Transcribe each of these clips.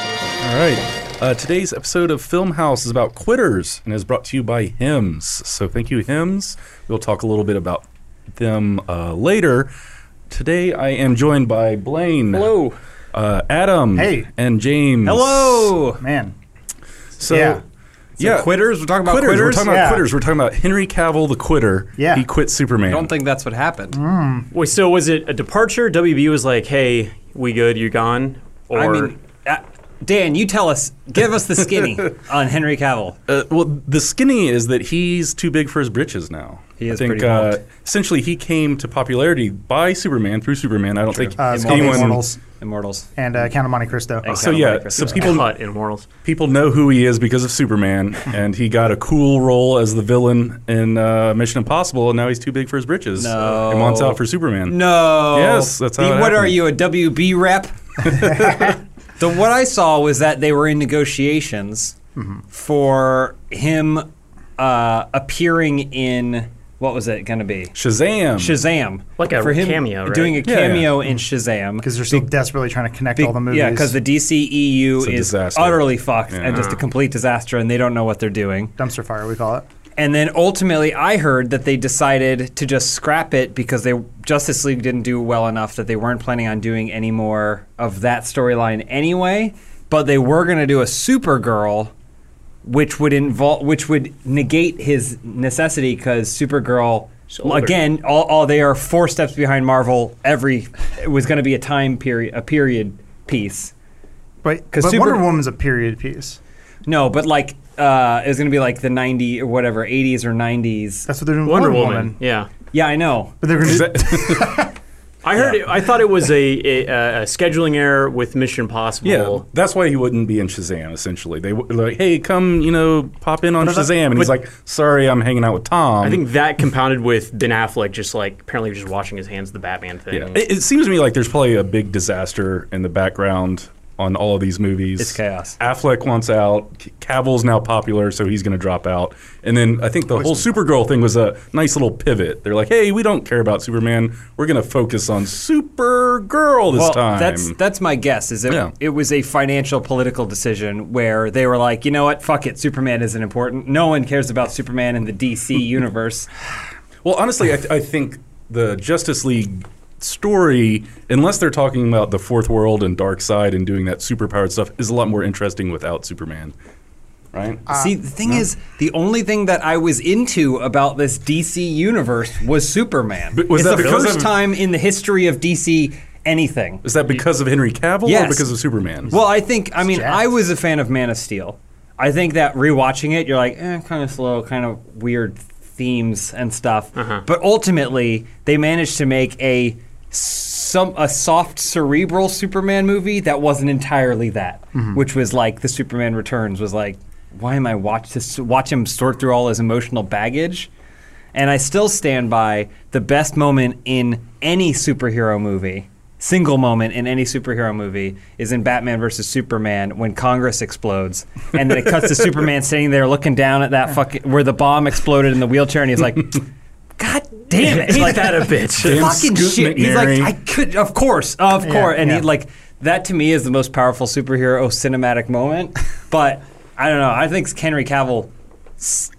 right. Uh, today's episode of Film House is about quitters and is brought to you by Hymns. So thank you, Hymns. We'll talk a little bit about them uh, later. Today I am joined by Blaine, Hello. uh, Adam, Hey. and James. Hello. Man, So, Yeah. yeah, Quitters. We're talking about Quitters. quitters. We're talking about Yeah. quitters. We're talking about Henry Cavill, the quitter. Yeah. he quit Superman. I don't think that's what happened. Mm. Wait, so was it a departure? WB was like, "Hey, we good? You gone?" Or I mean, uh, Dan, you tell us. Give us the skinny on Henry Cavill. Uh, well, the skinny is that he's too big for his britches now. He I is think, pretty uh, pumped. essentially he came to popularity by Superman through Superman. I don't think uh, it's called anyone. Immortals Immortals. and uh, Count of Monte Cristo. Thanks. So Kinda yeah, like a so Superman. people cut in Worlds. people know who he is because of Superman, and he got a cool role as the villain in uh, Mission Impossible, and now he's too big for his britches No. and wants out for Superman. No. Yes, that's how The- it What are happened. you, a WB rep? the what I saw was that they were in negotiations Mm-hmm. for him uh, appearing in what was it going to be? Shazam. Shazam. Like a for him cameo, right? Doing a Yeah, yeah. cameo in Shazam. Because they're still desperately trying to connect all the movies. Yeah, because the DCEU a is disaster. utterly fucked and Yeah. just a complete disaster, and they don't know what they're doing. dumpster fire we call it. And then ultimately, I heard that they decided to just scrap it because they Justice League didn't do well enough that they weren't planning on doing any more of that storyline anyway. But they were going to do a Supergirl, which would involve, which would negate his necessity because Supergirl. older. Again, all, all they are four steps behind Marvel. Every it was going to be a time period, a period piece. But, 'Cause but Super- Wonder Woman's a period piece. No, but like uh, it was gonna be like the ninety or whatever, eighties or nineties. That's what they're doing. with Wonder, Woman. Woman. Yeah, Yeah, I know. But they're going to. I heard. It, I thought it was a, a, a scheduling error with Mission Possible. yeah, that's why he wouldn't be in Shazam. Essentially, they were like, "Hey, come, you know, pop in on But I thought- Shazam," and he's like, "Sorry, I'm hanging out with Tom." I think that compounded with Ben Affleck just like apparently just washing his hands of the Batman thing. Yeah. It, it seems to me like there's probably a big disaster in the background on all of these movies. It's chaos. Affleck wants out. C- Cavill's now popular, so he's going to drop out. And then I think the whole Supergirl thing was a nice little pivot. They're like, hey, we don't care about Superman. We're going to focus on Supergirl this well, time. that's that's my guess. Is it? Yeah. It was a financial political decision where they were like, you know what, fuck it, Superman isn't important. No one cares about Superman in the DC universe. Well, honestly, I, th- I think the Justice League story, unless they're talking about the fourth world and dark side and doing that superpowered stuff, is a lot more interesting without Superman. Right? See, the thing is, the only thing that I was into about this DC universe was Superman. But was it's that the because first of- time in the history of DC anything. Is that because of Henry Cavill or Yes. because of Superman? Well, I think I mean jacked. I was a fan of Man of Steel. I think that rewatching it, you're like, eh, kind of slow, kind of weird themes and stuff. But ultimately, they managed to make a some a soft cerebral Superman movie that wasn't entirely that, which was like the Superman Returns was like, why am I watch to s- watch him sort through all his emotional baggage? And I still stand by the best moment in any superhero movie, single moment in any superhero movie, is in Batman versus Superman when Congress explodes. And then it cuts to Superman sitting there looking down at that fucking, where the bomb exploded in the wheelchair, and he's like, God damn it. Ain't Like, that a bitch? Damn fucking Scoot shit. He's like, McNairy. I could, of course, of course. And yeah. he, like, that to me is the most powerful superhero cinematic moment. But I don't know. I think Henry Cavill s-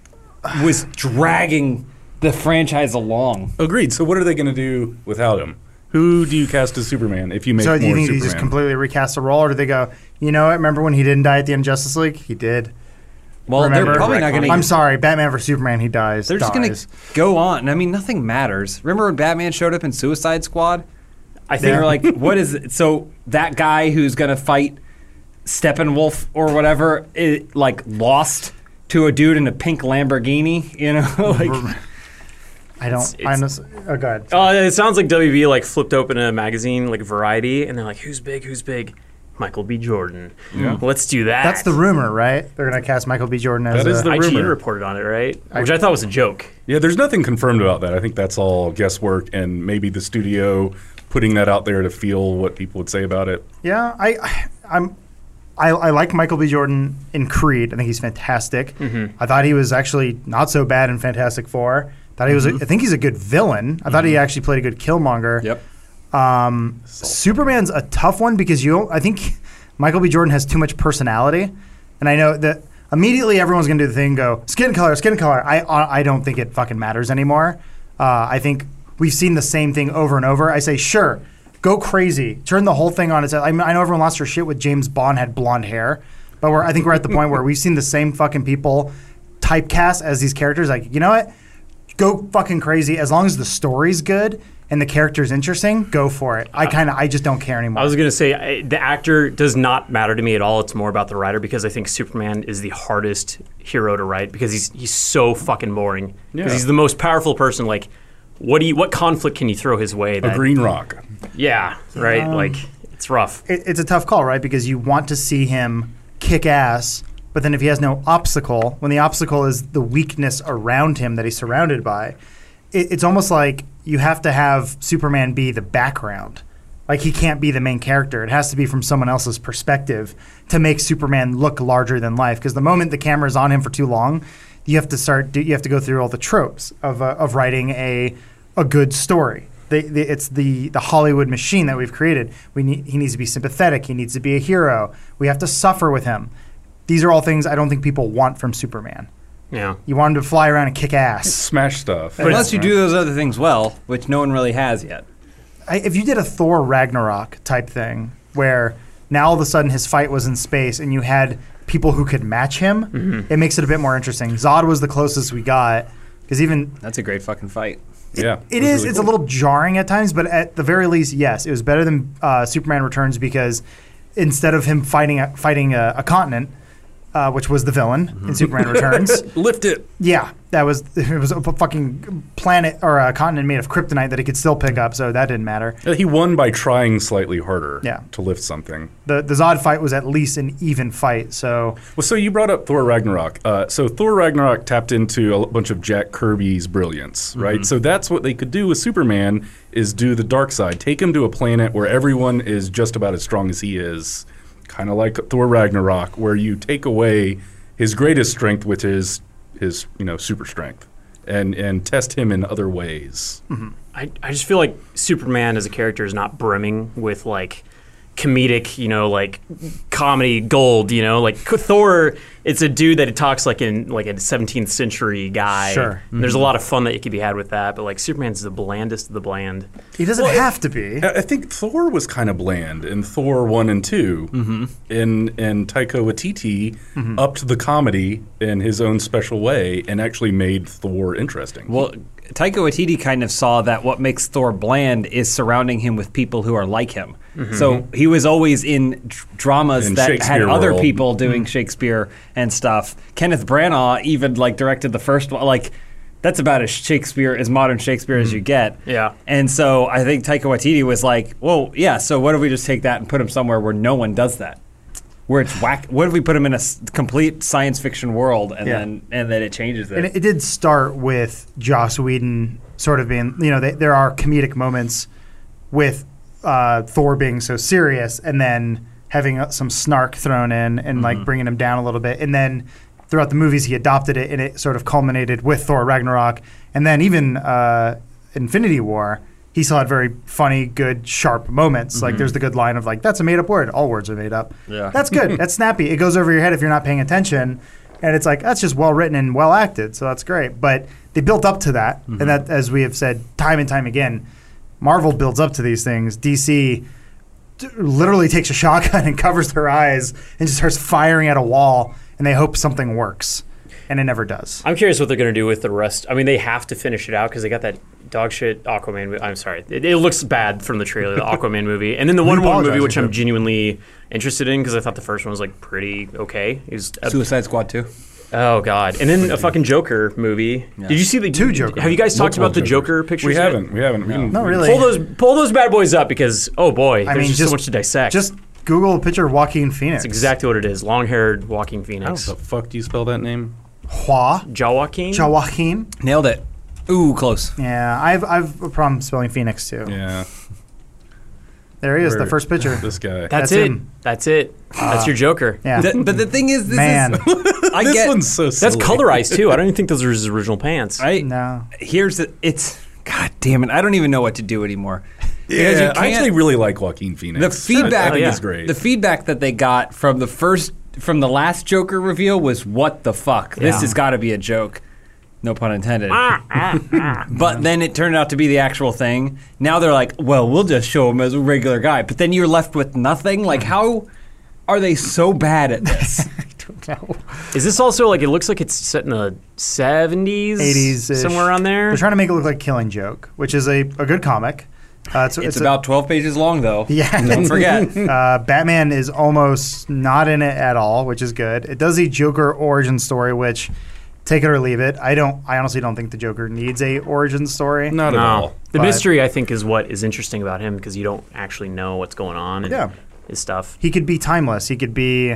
was dragging the franchise along. Agreed. So what are they going to do without him? Who do you cast as Superman if you make So more do you think Superman? you just completely recast the role, or do they go? You know what? Remember when he didn't die at the end of Justice League? He did. Well, Remember? they're probably not going to. I'm sorry, Batman for Superman. He dies. They're just going dies. to go on. I mean, nothing matters. Remember when Batman showed up in Suicide Squad? I think Yeah. they're like, what is it? So that guy who's going to fight Steppenwolf or whatever, it, like lost to a dude in a pink Lamborghini, you know? like, I don't. It's- I it's- honestly. Oh, God. Uh, it sounds like WB like flipped open a magazine like Variety, and they're like, "Who's big? Who's big?" Michael B. Jordan. Let's do that. That's the rumor, right? They're going to cast Michael B. Jordan as That is a- the IGN rumor. reported on it, right? Which I thought was a joke. yeah, there's nothing confirmed about that. I think that's all guesswork and maybe the studio putting that out there to feel what people would say about it. Yeah, I, I'm, I, I like Michael B. Jordan in Creed. I think he's fantastic. I thought he was actually not so bad in Fantastic Four. Thought he was. A, I think he's a good villain. I thought he actually played a good Killmonger. yep. Um, Superman's a tough one because you. Don't, I think. Michael B. Jordan has too much personality, and I know that immediately everyone's gonna do the thing, and go skin color, skin color. I I I don't think it fucking matters anymore. Uh, I think we've seen the same thing over and over. I say sure, go crazy, turn the whole thing on its. head. I, mean, I know everyone lost their shit with James Bond had blonde hair, but we're I think we're at the point where we've seen the same fucking people typecast as these characters. Like you know what? go fucking crazy as long as the story's good and the character's interesting go for it i kind of i just don't care anymore I was gonna say I, the actor does not matter to me at all. It's more about the writer because I think Superman is the hardest hero to write because he's he's so fucking boring. Yeah. Because he's the most powerful person. Like, what do you, what conflict can you throw his way? A That, green rock. Yeah, right. like, it's rough. it, it's a tough call right because you want to see him kick ass but then if he has no obstacle when the obstacle is the weakness around him that he's surrounded by it, it's almost like you have to have superman be the background like he can't be the main character it has to be from someone else's perspective to make superman look larger than life because the moment the camera's on him for too long you have to start. You have to go through all the tropes of, uh, of writing a a good story. They, they, it's the the Hollywood machine that we've created. We need, he needs to be sympathetic. He needs to be a hero. We have to suffer with him. These are all things I don't think people want from Superman. Yeah. You want him to fly around and kick ass. Smash stuff. Unless you do those other things well, which no one really has yet. I, if you did a Thor Ragnarok type thing where now all of a sudden his fight was in space and you had people who could match him, it makes it a bit more interesting. Zod was the closest we got because even That's a great fucking fight. Yeah. It was is. really it's cool. a little jarring at times, but at the very least, yes, it was better than uh, Superman Returns because instead of him fighting a, fighting a, a continent, uh, which was the villain in Superman Returns, Mm-hmm. Lift it. yeah, that was it was a fucking planet or a continent made of kryptonite that he could still pick up, so that didn't matter. Uh, He won by trying slightly harder Yeah. to lift something. The the Zod fight was at least an even fight, so Well, so you brought up Thor Ragnarok. Uh, so Thor Ragnarok tapped into a l- bunch of Jack Kirby's brilliance, right? So that's what they could do with Superman is do the dark side, take him to a planet where everyone is just about as strong as he is, kind of like Thor Ragnarok, where you take away his greatest strength, which is his you know super strength, and and test him in other ways. I, I just feel like Superman as a character is not brimming with like comedic, you know, like comedy gold, you know, like Thor. It's a dude that talks like in like a 17th century guy. Sure. And There's a lot of fun that could be had with that, but like Superman's the blandest of the bland. he doesn't have to be. I I think Thor was kind of bland in Thor one and 2 mm-hmm. and and Taika Waititi upped the comedy in his own special way and actually made Thor interesting. Well, Taika Waititi kind of saw that what makes Thor bland is surrounding him with people who are like him. So he was always in dr- dramas In that had Shakespeare other world. people doing Shakespeare and stuff. Kenneth Branagh even like directed the first one. Like that's about as Shakespeare as modern Shakespeare as you get. Yeah. And so I think Taika Waititi was like, "Well, yeah. So what if we just take that and put him somewhere where no one does that?" Where it's whack. What if we put him in a s- complete science fiction world, and Yeah. then and then it changes it? And it, it did start with Joss Whedon sort of being, you know, they, there are comedic moments with uh, Thor being so serious and then having uh, some snark thrown in and like bringing him down a little bit. And then throughout the movies, he adopted it and it sort of culminated with Thor Ragnarok. And then even uh, Infinity War, he still had very funny, good, sharp moments. Like there's the good line of like, that's a made up word. All words are made up. Yeah. That's good. that's snappy. It goes over your head if you're not paying attention. And it's like, that's just well written and well acted. So that's great. But they built up to that. Mm-hmm. And that, as we have said time and time again, Marvel builds up to these things. DC t- literally takes a shotgun and covers their eyes and just starts firing at a wall, and they hope something works, and it never does. I'm curious what they're going to do with the rest. I mean, they have to finish it out because they got that dog shit Aquaman. mo- I'm sorry, it, it looks bad from the trailer, the Aquaman movie, and then the Wonder Woman movie, apologizing which for I'm it. genuinely interested in because I thought the first one was like pretty okay. It was a Suicide Squad too. Oh God! And then a fucking Joker movie. Did you see the Two Joker Have you guys talked Multiple about the Joker Jokers. pictures? We yet? haven't. We haven't. We didn't- No, we- really. Pull those pull those bad boys up because oh boy, I there's mean, just, just so much to dissect. Just Google a picture of Joaquin Phoenix. That's exactly what it is. Long-haired walking How phoenix. the fuck do you spell that name? Hua Jawakin. Joaquin. Nailed it. Ooh, close. Yeah, I've I've a problem spelling Phoenix too. Yeah, There he is, the Where- first picture. this guy. That's, That's it. him. Ah. That's it. that's your Joker. yeah, Th- but the thing is, this man. is I this get. one's so silly. That's colorized too. I don't even think those are his original pants. I no, here's the, it's. God damn it! I don't even know what to do anymore. Yeah, you I can't- actually Oh, really like Joaquin Phoenix. The feedback I think yeah. is great. The feedback that they got from the first from the last Joker reveal was what the fuck? Yeah. This has got to be a joke. No pun intended. Ah. Ah, but then it turned out to be the actual thing. Now they're like, well, we'll just show him as a regular guy. But then you're left with nothing. Like, how are they so bad at this? Is this also like it looks like it's set in the 70s, 80s, somewhere around there? They're trying to make it look like Killing Joke, which is a, a good comic. Uh, it's, it's, it's a- about 12 pages long, though. yeah. Don't forget. uh, Batman is almost not in it at all, which is good. It does a Joker origin story, which take it or leave it. I don't. I honestly don't think the Joker needs a origin story. Not at all. No. The But- mystery, I think, is what is interesting about him because you don't actually know what's going on and Yeah. his stuff. He could be timeless. He could be.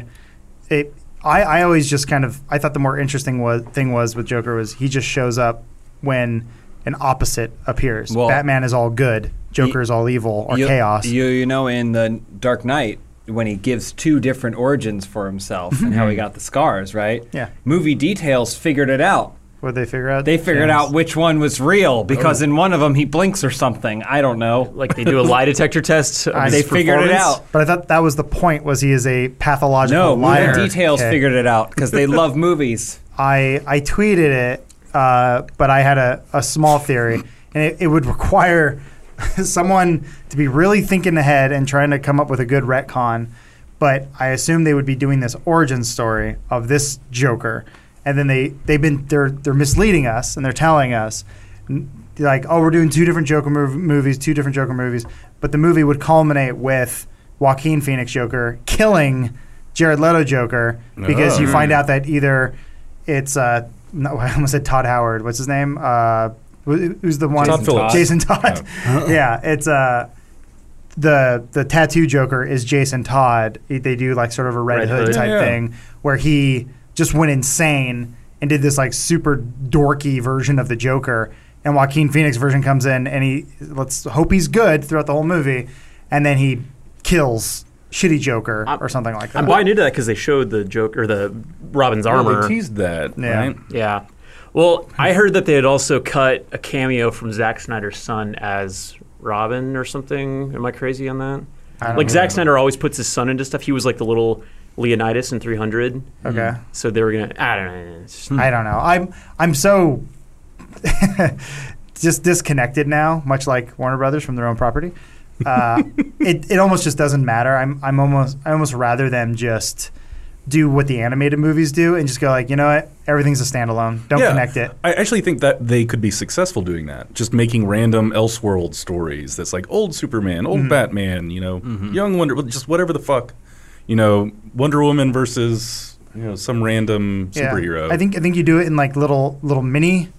It, I, I always just kind of. I thought the more interesting was, thing was with Joker was he just shows up when an opposite appears. Well- Batman is all good. Joker is all evil or you, chaos. You you know in the Dark Knight when he gives two different origins for himself and how he got the scars, right? Mm-hmm. Yeah. Movie details figured it out. what did they figure out? They figured Yes. Oh. out which one was real because in one of them he blinks or something. I don't know. Like they do a lie detector test. Of I- his They figured it performance. out. But I thought that was the point. Was he is a No, pathological movie liar? details Okay. figured it out because they love movies. I I tweeted it, uh, but I had a, a small theory, and it, it would require someone to be really thinking ahead and trying to come up with a good retcon. But I assume they would be doing this origin story of this Joker, and then they they've been they're they're misleading us and they're telling us n- like oh we're doing two different Joker mov- movies, two different Joker movies, but the movie would culminate with Joaquin Phoenix Joker killing Jared Leto Joker because you Oh. find out that either it's uh, no, I almost said Todd Howard. What's his name? Uh, wh- who's the one? Todd Jason Phillips. Todd. Jason Todd. yeah, it's uh, the the tattoo Joker is Jason Todd. He- They do like sort of a Red, Red Hood, Hood. type Yeah, yeah. thing where he just went insane and did this like super dorky version of the Joker. And Joaquin Phoenix version comes in and he let's hope he's good throughout the whole movie, and then he kills shitty Joker I'm- or something like that. I'm buying into that because they showed the joke or the Robin's Well, armor. they teased that, Yeah. right? yeah. Well, I heard that they had also cut a cameo from Zack Snyder's son as Robin or something. Am I crazy on that? I don't Like know. Zack Snyder always puts his son into stuff. He was like the little Leonidas in 300. okay. So they were gonna. I don't know. It's just- I don't know. I'm I'm so just disconnected now, much like Warner Brothers from their own property. Uh, it it almost just doesn't matter. I'm I'm almost I almost rather them just do what the animated movies do and just go like, you know what, everything's a standalone. Don't Yeah. connect it. I actually think that they could be successful doing that, just making random Elseworld stories. That's like old Superman, Mm-hmm. old Batman, you know, young Wonder, just whatever the fuck, you know, Wonder Woman versus you know some random Yeah. superhero. I think I think you do it in like little little mini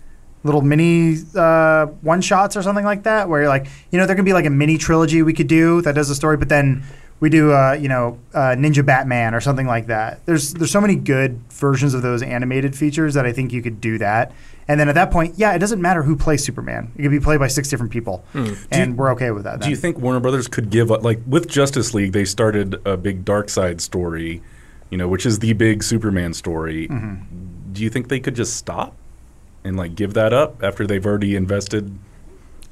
little mini uh, one shots or something like that, where you're like, you know, there could be like a mini trilogy we could do that does a story, but then we do uh, you know uh, Ninja Batman or something like that. There's there's so many good versions of those animated features that I think you could do that. And then at that point, yeah, it doesn't matter who plays Superman. It could be played by six different people, and we're okay with that. Do Hmm. you then. think Warner Brothers could give up? Like with Justice League, they started a big Dark Side story, you know, which is the big Superman story. Mm-hmm. Do you think they could just stop and like give that up after they've already invested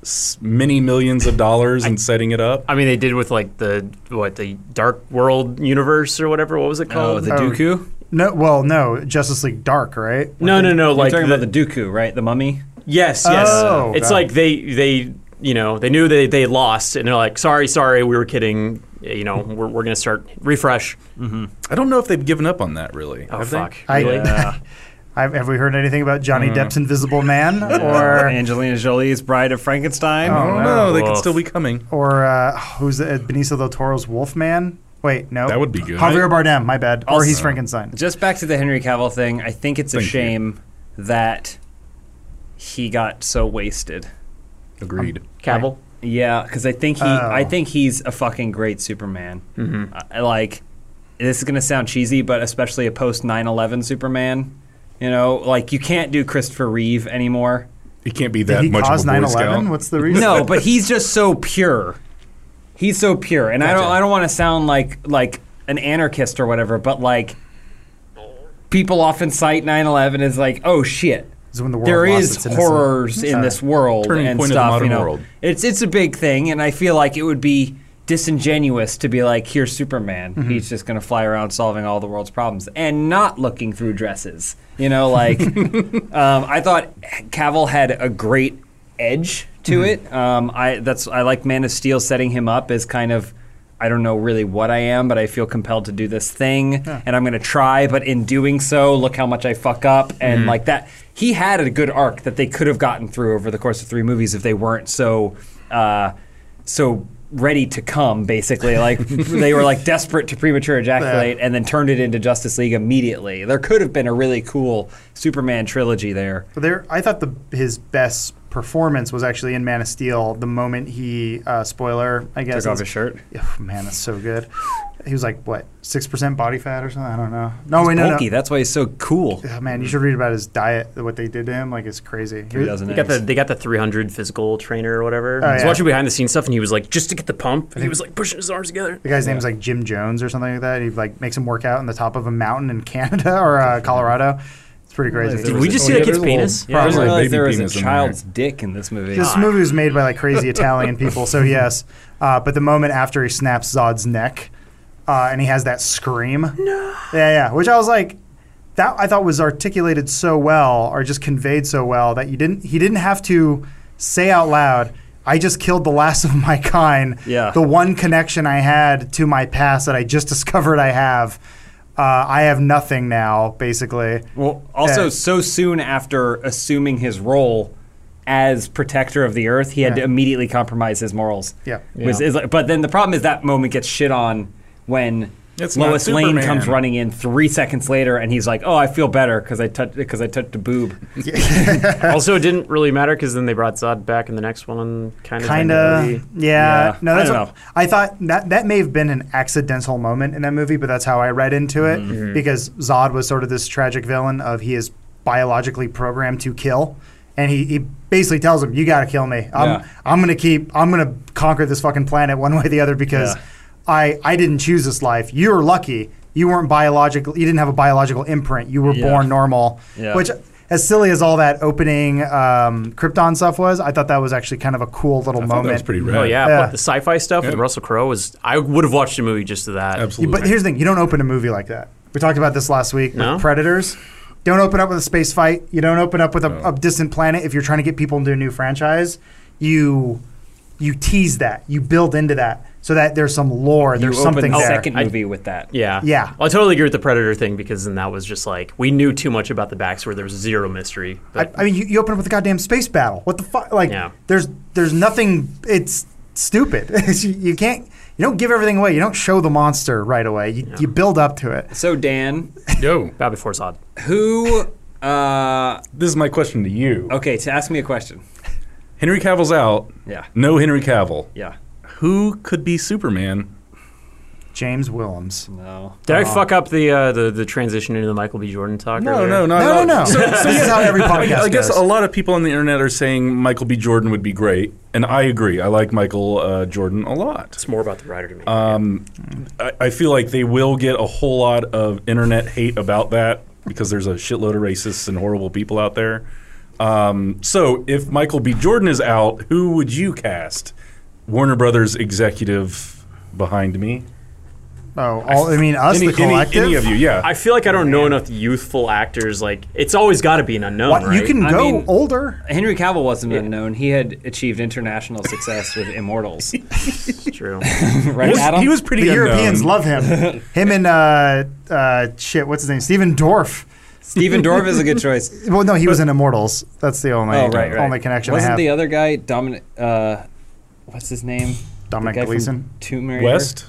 s- many millions of dollars in setting it up? I mean, they did with like the what the Dark World universe or whatever. What was it Oh, called? the Oh. Dooku. no, well, no, Justice League Dark, right? no, no, no. You're Like talking the- about the Dooku, right? The Mummy. yes, yes. Oh, it's God. like they they you know they knew they they lost and they're like sorry sorry we were kidding you know we're, we're gonna start refresh. Mm-hmm. I don't know if they've given up on that really. Hmm. Oh have they? fuck! I- really? Yeah. I've, have we heard anything about Johnny Depp's Invisible Man or Angelina Jolie's Bride of Frankenstein. I don't Oh, know. They could Woof. still be coming. or uh, who's the, Benicio del Toro's Wolfman? Wait, no, That would be good. Javier Bardem, my bad, or he's Also- Frankenstein. Just back to the Henry Cavill thing. I think it's a Thank you. shame that he got so wasted. Agreed. Um, Cavill. Yeah, because I think he, Oh. I think he's a fucking great Superman. I- I like, this is gonna sound cheesy, but especially a post 9/11 Superman. You know, like you can't do Christopher Reeve anymore. It can't be Did that he much cause of a 9 Boy Scout. 11? What's the reason? No, but he's just so pure. He's so pure, and I don't, I don't want to sound like like an anarchist or whatever, but like people often cite 9/11 as like, oh shit. is when the world there lost is its innocence. horrors in Sorry. this world Turning and point of the stuff. modern you know, world. it's it's a big thing, and I feel like it would be disingenuous to be like, "Here's Superman. Mm-hmm. He's just going to fly around solving all the world's problems and not looking through dresses." You know, like um, I thought Cavill had a great edge to Mm-hmm. it. Um, I that's I like Man of Steel setting him up as kind of. I don't know really what I am, but I feel compelled to do this thing, and I'm going to try. But in doing so, look how much I fuck up, and like that, he had a good arc that they could have gotten through over the course of three movies if they weren't so, uh, so ready to come. Basically, like they were like desperate to premature ejaculate, and then turned it into Justice League immediately. There could have been a really cool Superman trilogy there. But there, I thought the his best performance was actually in Man of Steel. The moment he uh, spoiler, I guess Took off is- his shirt. Oh, man, that's so good. He was like what six percent body fat or something. I don't know. No, He's wait, no, bulky. no. That's why he's so cool. Oh, man, you should read about his diet. What they did to him, like it's crazy. Three dozen They got the eggs. they got the 300 physical trainer or whatever. Oh, I was yeah. watching behind the scenes stuff, and he was like, just to get the pump, and he was like pushing his arms together. The guy's name's like Jim Jones or something like that. He like makes him work out on the top of a mountain in Canada or uh, Colorado. It's pretty crazy. Did we just see that kid's penis? oh, Yeah, I didn't Probably realize baby there was a penis in child's dick in this movie. This movie was made by like crazy Italian people, so yes. Uh, but the moment after he snaps Zod's neck, uh, and he has that scream, no. yeah, yeah, which I was like, that I thought was articulated so well, or just conveyed so well that you didn't, he didn't have to say out loud. I just killed the last of my kind. Yeah. The one connection I had to my past that I just discovered I have. Uh, I have nothing now, basically. Well, also Yeah. so soon after assuming his role as protector of the earth, he had to Yeah. immediately compromise his morals. Yeah. Which is like- but then the problem is that moment gets shit on when It's not Lois Lane Superman. comes running in three seconds later, and he's like, "Oh, I feel better because I touched because I touched a boob." also, it didn't really matter because then they brought Zod back in the next one, kind of. kind of yeah. Yeah. no I that's don't what- I thought that that may have been an accidental moment in that movie but that's how i read into Mm-hmm. it because zod was sort of this tragic villain of he is biologically programmed to kill and he, he basically tells him you gotta kill me i'm, Yeah. I'm gonna keep i'm gonna conquer this fucking planet one way or the other because Yeah. i i didn't choose this life you're lucky you weren't biological you didn't have a biological imprint you were Yeah. born normal Yeah. which as silly as all that opening um, Krypton stuff was, I thought that was actually kind of a cool little I thought moment. that was pretty rad. Oh yeah, Yeah. but the sci-fi stuff with Russell Crowe was. I would have watched a movie just to that. Yeah, absolutely. but here's the thing: you don't open a movie like that. We talked about this last week No? with Predators. Don't open up with a space fight. You don't open up with a, a distant planet if you're trying to get people into a new franchise. You you tease that. You build into that so that there's some lore. You There's open something the there. second I- movie with that. Yeah. Yeah. Well, I totally agree with the Predator thing because then that was just like we knew too much about the backstory. There was zero mystery. I, I mean, you, you open up with a goddamn space battle. What the fuck? Like, Yeah. there's there's nothing. It's stupid. you, you can't. You don't give everything away. You don't show the monster right away. You, you build up to it. So Dan, Yo, Bow before Zod. who? Uh, this is my question to you. okay, to ask me a question. Henry Cavill's out. Yeah. No Henry Cavill. Yeah. Who could be Superman? James Willems. No. Did I fuck up the, uh, the the transition into the Michael B. Jordan talk? earlier? not at Uh-huh. No, all. no, no. this is how every I, podcast I guess goes. a lot of people on the internet are saying Michael B. Jordan would be great, and I agree. I like Michael uh, Jordan a lot. It's more about the writer to me. I, I feel like they will get a whole lot of internet hate about that because there's a shitload of racists and horrible people out there. Um, so if Michael B. Jordan is out, who would you cast? Warner Brothers executive behind me. Oh, all, I mean, us, any, the any, collective. any of you, yeah. I feel like I don't know enough youthful actors. Like it's always got to be an unknown, What, right? You can I go mean- older. Henry Cavill wasn't unknown. He had achieved international success with Immortals. It's true. he, right, was, Adam? he was pretty The Europeans unknown. love him. him and uh, uh, shit, what's his name? Steven Dorff. Steven Dorff is a good choice. Well, no, he was in Immortals. That's the only Oh, right, right. only connection Wasn't I have. the other guy Dominic? Uh, what's his name? Dominic the guy Gleason? From Tomb Raider. West.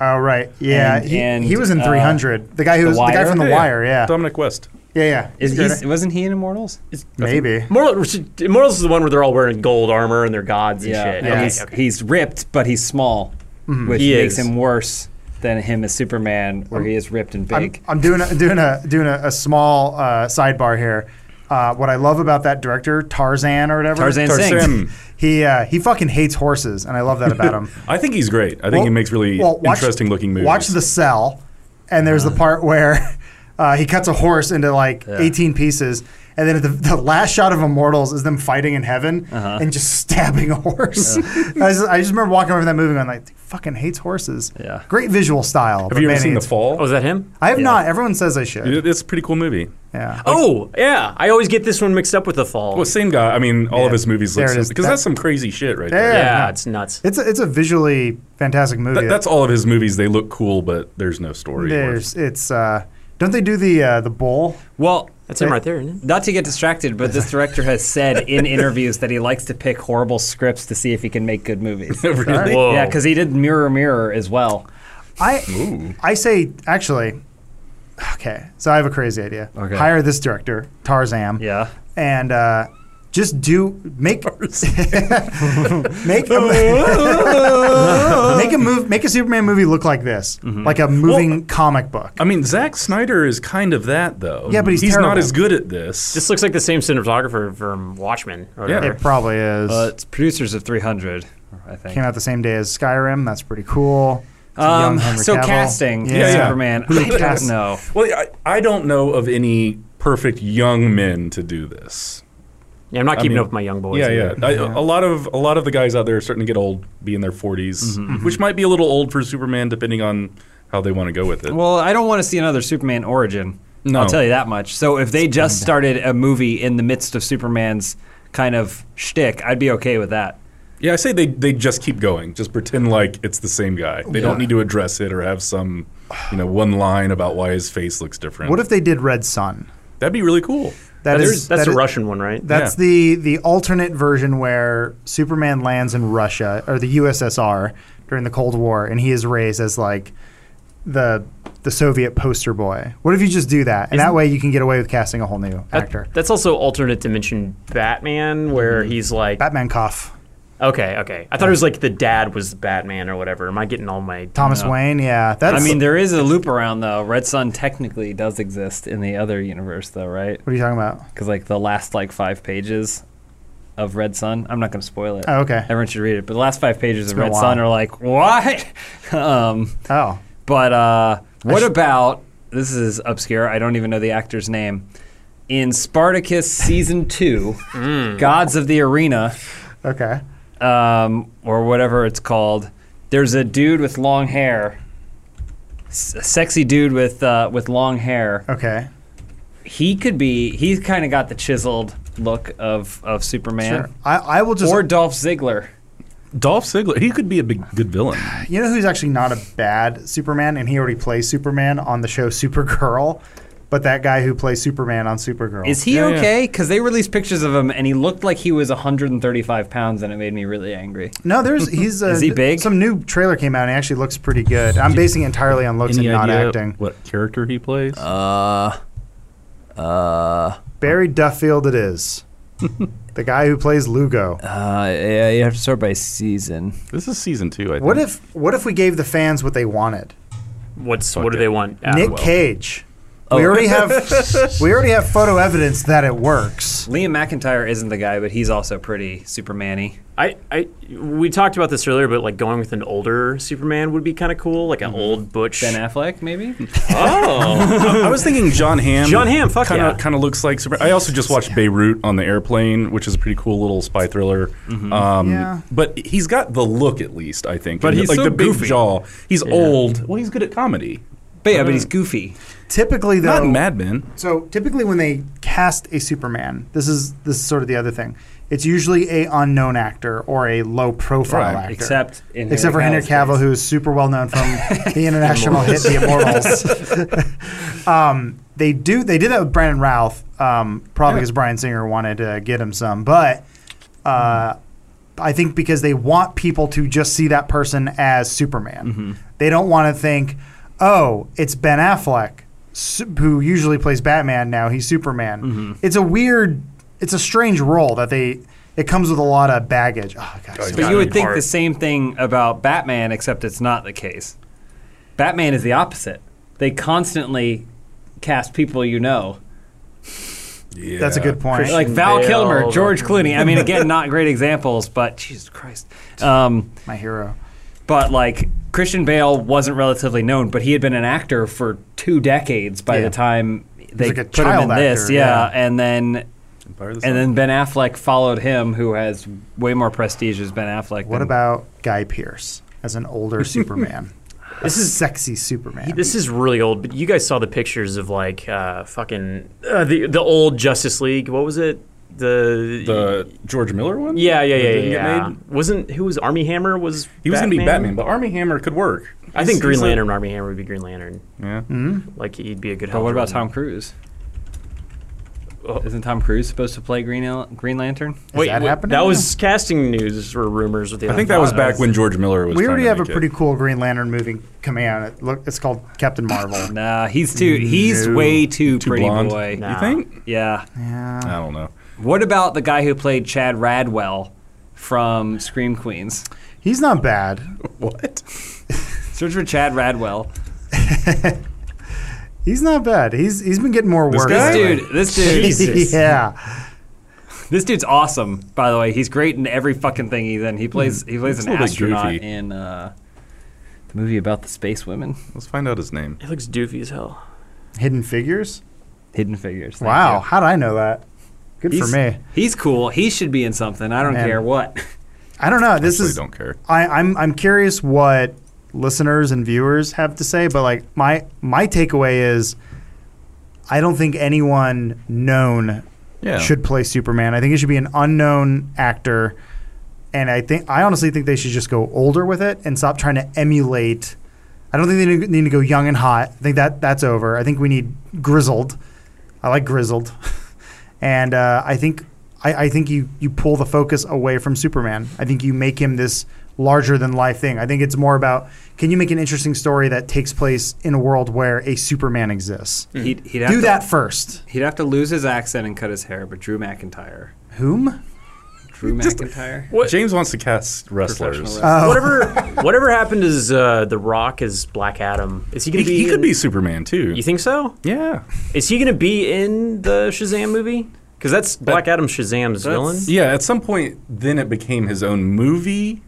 oh, right, yeah, And- he, and, he was in uh, 300. The guy who The was the guy Wire? from The Yeah, yeah. Wire, yeah, Dominic West. yeah, yeah. Is He's he, wasn't he in Immortals? maybe? Immortal, Immortals is the one where they're all wearing gold armor and they're gods and Yeah, shit. and Okay, he's, okay. he's ripped, but he's small, which He makes is. him worse than him as Superman, where he is ripped and I'm, big. I'm doing a, doing a doing a, a small uh, sidebar here. Uh, what I love about that director, Tarzan or whatever, Tarzan Tarzan. sings. he uh, he fucking hates horses, and I love that about him. I think he's great. I think he Well- makes really well, watch- interesting looking movies. Watch The Cell, and there's the part where Uh, he cuts a horse into like 18 pieces. And then the, the last shot of Immortals is them fighting in heaven and just stabbing a horse. I, just, I just remember walking over that movie and I'm like, fucking hates horses. Yeah. Great visual style. Have you ever seen The Fall? Oh, is that him? I have not. Everyone says I should. It- It's a pretty cool movie. Yeah. oh, yeah. I always get this one mixed up with the fall. Well, same guy. I mean, all of Yeah. his movies There look it is. because That- that's some crazy shit right Yeah. there. yeah, no. it's nuts. It's a, it's a visually fantastic movie. That- that's all of his movies. They look cool, but there's no story. or- There's it's uh, don't they do the uh, the bull? Well, That's him right there, isn't it? not to get distracted, but this director has said in interviews that he likes to pick horrible scripts to see if he can make good movies. Oh. really? Whoa. Yeah, because he did Mirror Mirror as well. I Ooh. I say actually, okay. So I have a crazy idea. Okay. Hire this director Tarzan. Yeah. And uh, just do make make a, mo- make a move make a Superman movie look like this, like a moving comic book. I mean, Zack Snyder is kind of that though. Yeah, but he's not terrible. as good at this. This looks like the same cinematographer from Watchmen. Or Yeah. whatever. it probably is. Uh, it's producers of 300, I think. Came out the same day as Skyrim. That's pretty cool. It's a young Um, Henry so Cavill. casting Yeah. yeah. Superman. I don't Cast- know. well, I, I don't know of any perfect young men to do this. Yeah, I'm not keeping mean- up with my young Oh, boys. yeah, yeah. either. I, a lot of a lot of the guys out there are starting to get old, be in their 40s, Mm-hmm, which might be a little old for Superman, depending on how they want to go with it. Well, I don't want to see another Superman origin. No. I'll tell you that much. So if they just started a movie in the midst of Superman's kind of shtick, I'd be okay with that. yeah, I say they they just keep going, just pretend like it's the same guy. They don't need to address it or have some, you know, one line about why his face looks different. What if they did Red Sun? that'd be really cool? That There's- is that's that a is- Russian one, right? That's Yeah. the the alternate version where Superman lands in Russia or the USSR during the Cold War, and he is raised as like the the Soviet poster boy. What if you just do that, and that way you can get away with casting a whole new That- actor? that's also alternate dimension Batman, where he's like, Batman cough. okay, okay. I thought it was like the dad was Batman or whatever. Am I getting all my Thomas Wayne, yeah. That's, I mean, there is a loop around though. Red Sun technically does exist in the other universe though, right? what are you talking about? Because like the last like five pages of Red Sun, I'm not going to spoil it. Oh, okay. Everyone should read it. But the last five pages of been a Red Sun while. are like what? um, Oh, but uh, what sh- about this is obscure. I don't even know the actor's name. In Spartacus season two, Mm. Gods of the Arena, okay. um, or whatever it's called. There's a dude with long hair, S- a sexy dude with uh, with long hair. Okay. He could be. He's kind of got the chiseled look of of Sure. Superman, I, I will just. or Dolph Ziggler. Dolph Ziggler, he could be a big good villain. you know who's actually not a bad Superman, and he already plays Superman on the show Supergirl, but that guy who plays Superman on Supergirl. Is he Oh. Yeah, yeah. okay? Because they released pictures of him, and he looked like he was 135 pounds, and it made me really angry. No, there's he's uh, Is he big? Some new trailer came out and he actually looks pretty good. I'm basing it entirely on looks and not acting. what character he plays? Barry Duffield, it is the guy who plays Lugo. Uh, yeah, you have to start by season. this is season two. I think. What if what if we gave the fans what they wanted? What's what do they want? Ah, Nick well. Cage. We already have we already have photo evidence that it works. Liam McIntyre isn't the guy, but he's also pretty Superman-y. I, I we talked about this earlier, but like going with an older Superman would be kind of cool, like an old Butch. Ben Affleck, maybe. oh, I was thinking John Hamm. John Hamm, fuck kinda, yeah. Kind of looks like Super. I also just watched Beirut on the airplane, which is a pretty cool little spy thriller. Mm-hmm. Um, Yeah. But he's got the look, at least I think. But he's like so the goofy. big jaw. He's old. Well, he's good at comedy. But yeah, but he's goofy. Typically though, Not in Mad Men. So typically, when they cast a Superman, this is this is sort of the other thing. It's usually a unknown actor or a low profile Right, actor, except in except for Henry Henry Cavill, who is super well known from the international hit The Immortals. um, they do they did that with Brandon Routh, um, probably because Brian Singer wanted to get him some, but. Uh, I think because they want people to just see that person as Superman. They don't want to think, oh, it's Ben Affleck, su- who usually plays Batman. Now he's Superman. It's a weird, it's a strange role that they. It comes with a lot of baggage. Oh, God, so- But Got you it. would think Part. the same thing about Batman, except it's not the case. Batman is the opposite. They constantly cast people you know, Yeah. that's a good point. like Val Bale. Kilmer, George Clooney. I mean, again, not great examples, but Jesus Christ. Um, my hero. But like Christian Bale wasn't relatively known, but he had been an actor for two decades by Yeah. the time they like a put him in child this. actor, Yeah. yeah. and then Empire of the Sun. and then Ben Affleck followed him, who has way more prestige as Ben Affleck. What than- about Guy Pierce as an older Superman? This this is- is sexy Superman. This is really old, but you guys saw the pictures of like uh, fucking uh, the the old Justice League. What was it? The the George Miller one? yeah yeah That yeah didn't get yeah. made? Wasn't who was Army Hammer was He was going to be Batman, but Army Hammer could work. I think He's- Green he's a- Lantern, Army Hammer would be Green Lantern. Yeah. Mm-hmm. Like he'd be a good. But what about Helldragon. Tom Cruise? Isn't Tom Cruise supposed to play Green Al- Green Lantern? Wait, that wait, happening That now? was casting news or rumors. With the I think that was Uh, back when George Miller was. we trying already to have a make pretty it. cool Green Lantern movie coming out. It look, it's called Captain Marvel. Nah, he's too. He's No. way too, Too pretty blonde. boy. Nah. You think? Yeah. yeah. I don't know. What about the guy who played Chad Radwell from Scream Queens? He's not bad. What? Search for Chad Radwell. He's not bad. He's he's been getting more This work. guy? This dude, this dude, Jesus. yeah. this dude's awesome. By the way, he's great in every fucking thing he's in. He plays, he plays He's an a little bit astronaut goofy. in uh, the movie about the space women, Let's find out his name. It looks doofy as hell. Hidden Figures. Hidden Figures. Thank wow. you. How would I know that? Good He's- for me. He's cool. He should be in something. I don't Man. care what. I don't know. This Actually, is. don't care. I, I'm I'm curious what listeners and viewers have to say, but like my my takeaway is, I don't think anyone known Yeah. should play Superman. I think it should be an unknown actor, and I think I honestly think they should just go older with it and stop trying to emulate. I don't think they need- need to go young and hot. I think that that's over. I think we need grizzled. I like grizzled, and uh, I think I, I think you you pull the focus away from Superman. I think you make him this larger than life thing. I think it's more about can you make an interesting story that takes place in a world where a Superman exists. He'd, he'd have Do to- that first. He'd have to lose his accent and cut his hair, but Drew McIntyre. Whom? Drew McIntyre. What- James wants to cast Uh, wrestlers. Uh, Professional wrestler. Whatever whatever happened is uh, the Rock is Black Adam. Is he He, gonna be? he could in- be Superman too. You think so? Yeah. Is he gonna be in the Shazam movie? Because that's Black Adam Shazam's That's- villain. Yeah. At some point, then it became his own movie.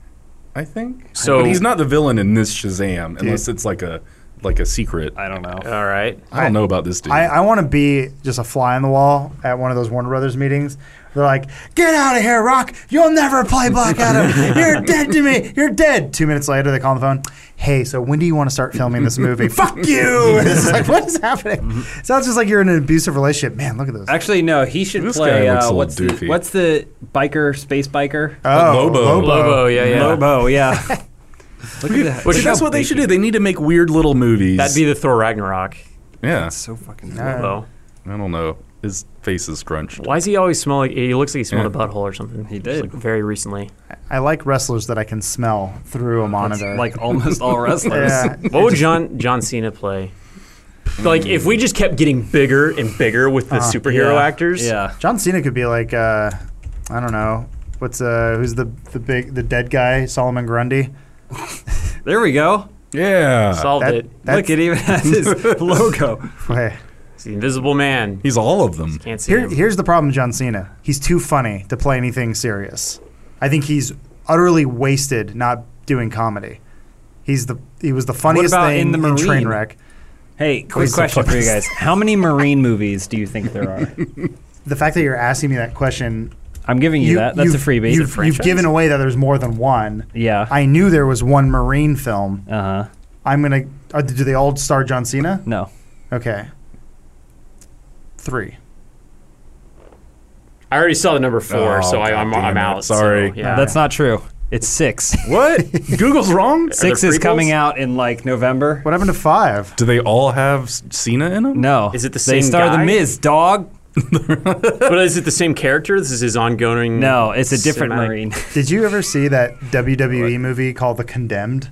I think. So- but he's not the villain in this Shazam, unless it's like a like a secret. I, I don't know. All right. don't know about this dude. I, I want to be just a fly on the wall at one of those Warner Brothers meetings. They're like, "Get out of here, Rock! You'll never play Black Adam. You're dead to me. You're dead." Two minutes later, they call on the phone. Hey, so when do you want to start filming this movie? Fuck you! And it's like, what is happening? Sounds just like you're in an abusive relationship. Man, look at those. Actually, no. He should This play. guy looks a uh, little what's the doofy. what's the biker space biker? Uh, Oh, Lobo. Lobo. Yeah, yeah. Lobo. Yeah. Look at that. Which that's what they should do. They need to make weird little movies. That'd be the Thor Ragnarok. yeah. So fucking. Uh, Lobo. I don't know. His face is scrunched. Why does he always smell like he looks like he smelled Yeah. a butthole or something? He did. Just, like, very recently. I like wrestlers that I can smell through a monitor. Like almost all wrestlers. yeah. What would John John Cena play? Like if we just kept getting bigger and bigger with the superhero Yeah. actors. Yeah. John Cena could be like, uh, I don't know, what's uh, who's the the big the dead guy Solomon Grundy? There we go. Yeah. Solved That- it. That's- Look, it even has his logo. Wait. It's the Invisible Man. He's all of them. Can't see Here, him. here's the problem, with John Cena. He's too funny to play anything serious. I think he's utterly wasted not doing comedy. He's the he was the funniest about thing in in the the Marine? Trainwreck. Hey, quick the question fuck for you is- guys. How many Marine movies do you think there are? The fact that you're asking me that question, I'm giving you, that. That's a you've- freebie. You've, you've given away that there's more than one. Yeah. I knew there was one Marine film. Uh huh. I'm gonna. Uh, do they all star John Cena? No. Okay. Three. I already saw the number four, Oh, so I, I'm, God I'm damn it. out. Sorry. So, yeah. That's not true. It's six. What? Google's wrong? Six there is prequels? coming out in like November. What happened to five? Do they all have S- Cena in them? No. Is it the They same star guy? the Miz, dog. but is it the same character? This is his ongoing. No, it's a different cinematic- Marine. Did you ever see that WWE movie called The Condemned?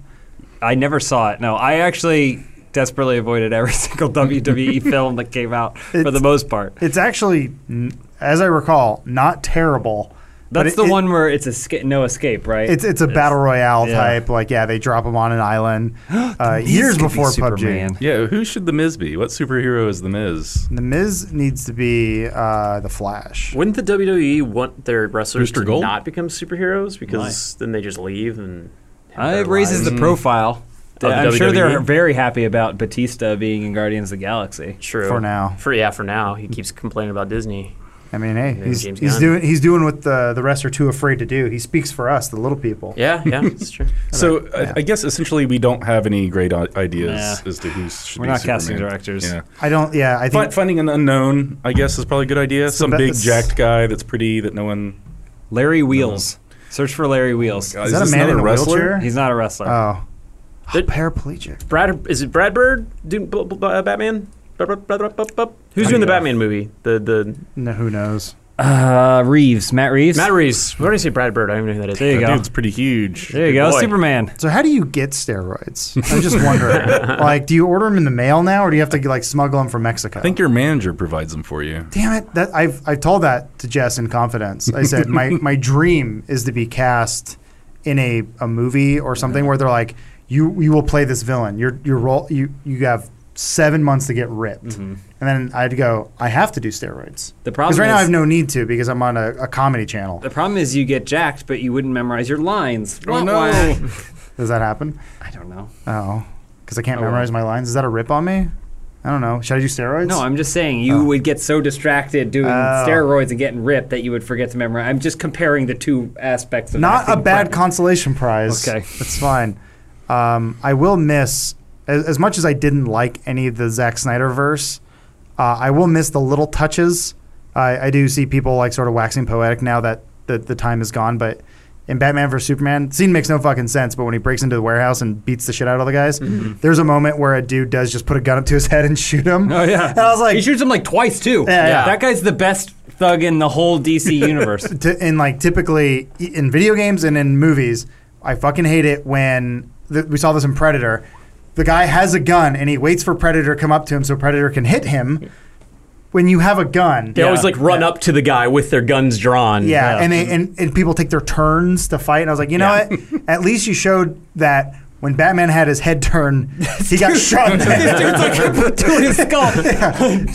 I never saw it. No, I actually desperately avoided every single WWE film that came out for the It's- most part. It's actually, n- as I recall, not terrible. but That's it- the it- one where it's esca- no escape, right? It's it's a battle royale yeah. type. Like yeah, they drop him on an island uh, Miz years could be before Superman. PUBG. Yeah, who should the Miz be? What superhero is the Miz? The Miz needs to be uh, the Flash. Wouldn't the WWE want their wrestlers Rooster to Gold? not become superheroes because then they just leave and have Uh, it raises Mm. the profile. Uh, Of I'm sure WWE? they're very happy about Batista being in Guardians of the Galaxy. True. For now. For yeah, for now. He keeps complaining about Disney. I mean, hey, Yeah, he's, James he's Gunn. doing he's doing what the the rest are too afraid to do. He speaks for us, the little people. Yeah, yeah, it's true. So I, I guess essentially we don't have any great i- ideas Nah. as to who should We're be not Superman. casting directors. Yeah. I don't. Yeah, I Fin- think finding an unknown, I guess, is probably a good idea. It's the Some be- big it's- jacked guy that's pretty that no one. Larry Wheels. Search for Larry Wheels. God, is, that this a man in another a wrestler? wheelchair? He's not a wrestler. oh, There- paraplegic. Brad, is it Brad Bird doing b- b- uh, Batman? Br- br- br- br- br- br- Who's doing the Batman movie? The the No, who knows? Uh, Reeves. Matt Reeves. Matt Reeves. Why did I say Brad Bird? I don't even know who that is. There you That go. dude's pretty huge. there you Good go. boy. Superman. So how do you get steroids? I'm just wondering. like, do you order them in the mail now, or do you have to like smuggle them from Mexico? I think your manager provides them for you. Damn it! That I've I've told that to Jess in confidence. I said my my dream is to be cast in a, a movie or something where they're like, you you will play this villain. Your your role you you have seven months to get ripped, and then I'd go. I have to do steroids Mm-hmm. The problem because right now I is- have no need to because I'm on a, a comedy channel. The problem is you get jacked, but you wouldn't memorize your lines. Oh, Wah, no. wah. Does that happen? I don't know. Oh, because I can't Oh, well. memorize my lines. Is that a rip on me? I don't know. Should I do steroids? No, I'm just saying you Oh. would get so distracted doing Oh. steroids and getting ripped that you would forget to memorize. I'm just comparing the two aspects of not a acting bad practice. consolation prize. Okay. that's fine. Um, I will miss as, as much as I didn't like any of the Zack Snyder verse. Uh, I will miss the little touches. I, I do see people like sort of waxing poetic now that the, the time is gone. But in Batman vs Superman, scene makes no fucking sense. But when he breaks into the warehouse and beats the shit out of all the guys, Mm-hmm. there's a moment where a dude does just put a gun up to his head and shoot him. Oh yeah. and I was like, he shoots him like twice too. Yeah, yeah. That guy's the best thug in the whole DC universe. t- in like typically i- in video games and in movies, I fucking hate it when th- we saw this in Predator. The guy has a gun and he waits for Predator to come up to him so Predator can hit him. When you have a gun, They always like run up to the guy with their guns drawn. yeah, and they and, and people take their turns to fight. And I was like, you know Yeah. what? At least you showed that when Batman had his head turned, he got shot. in the head. to his skull.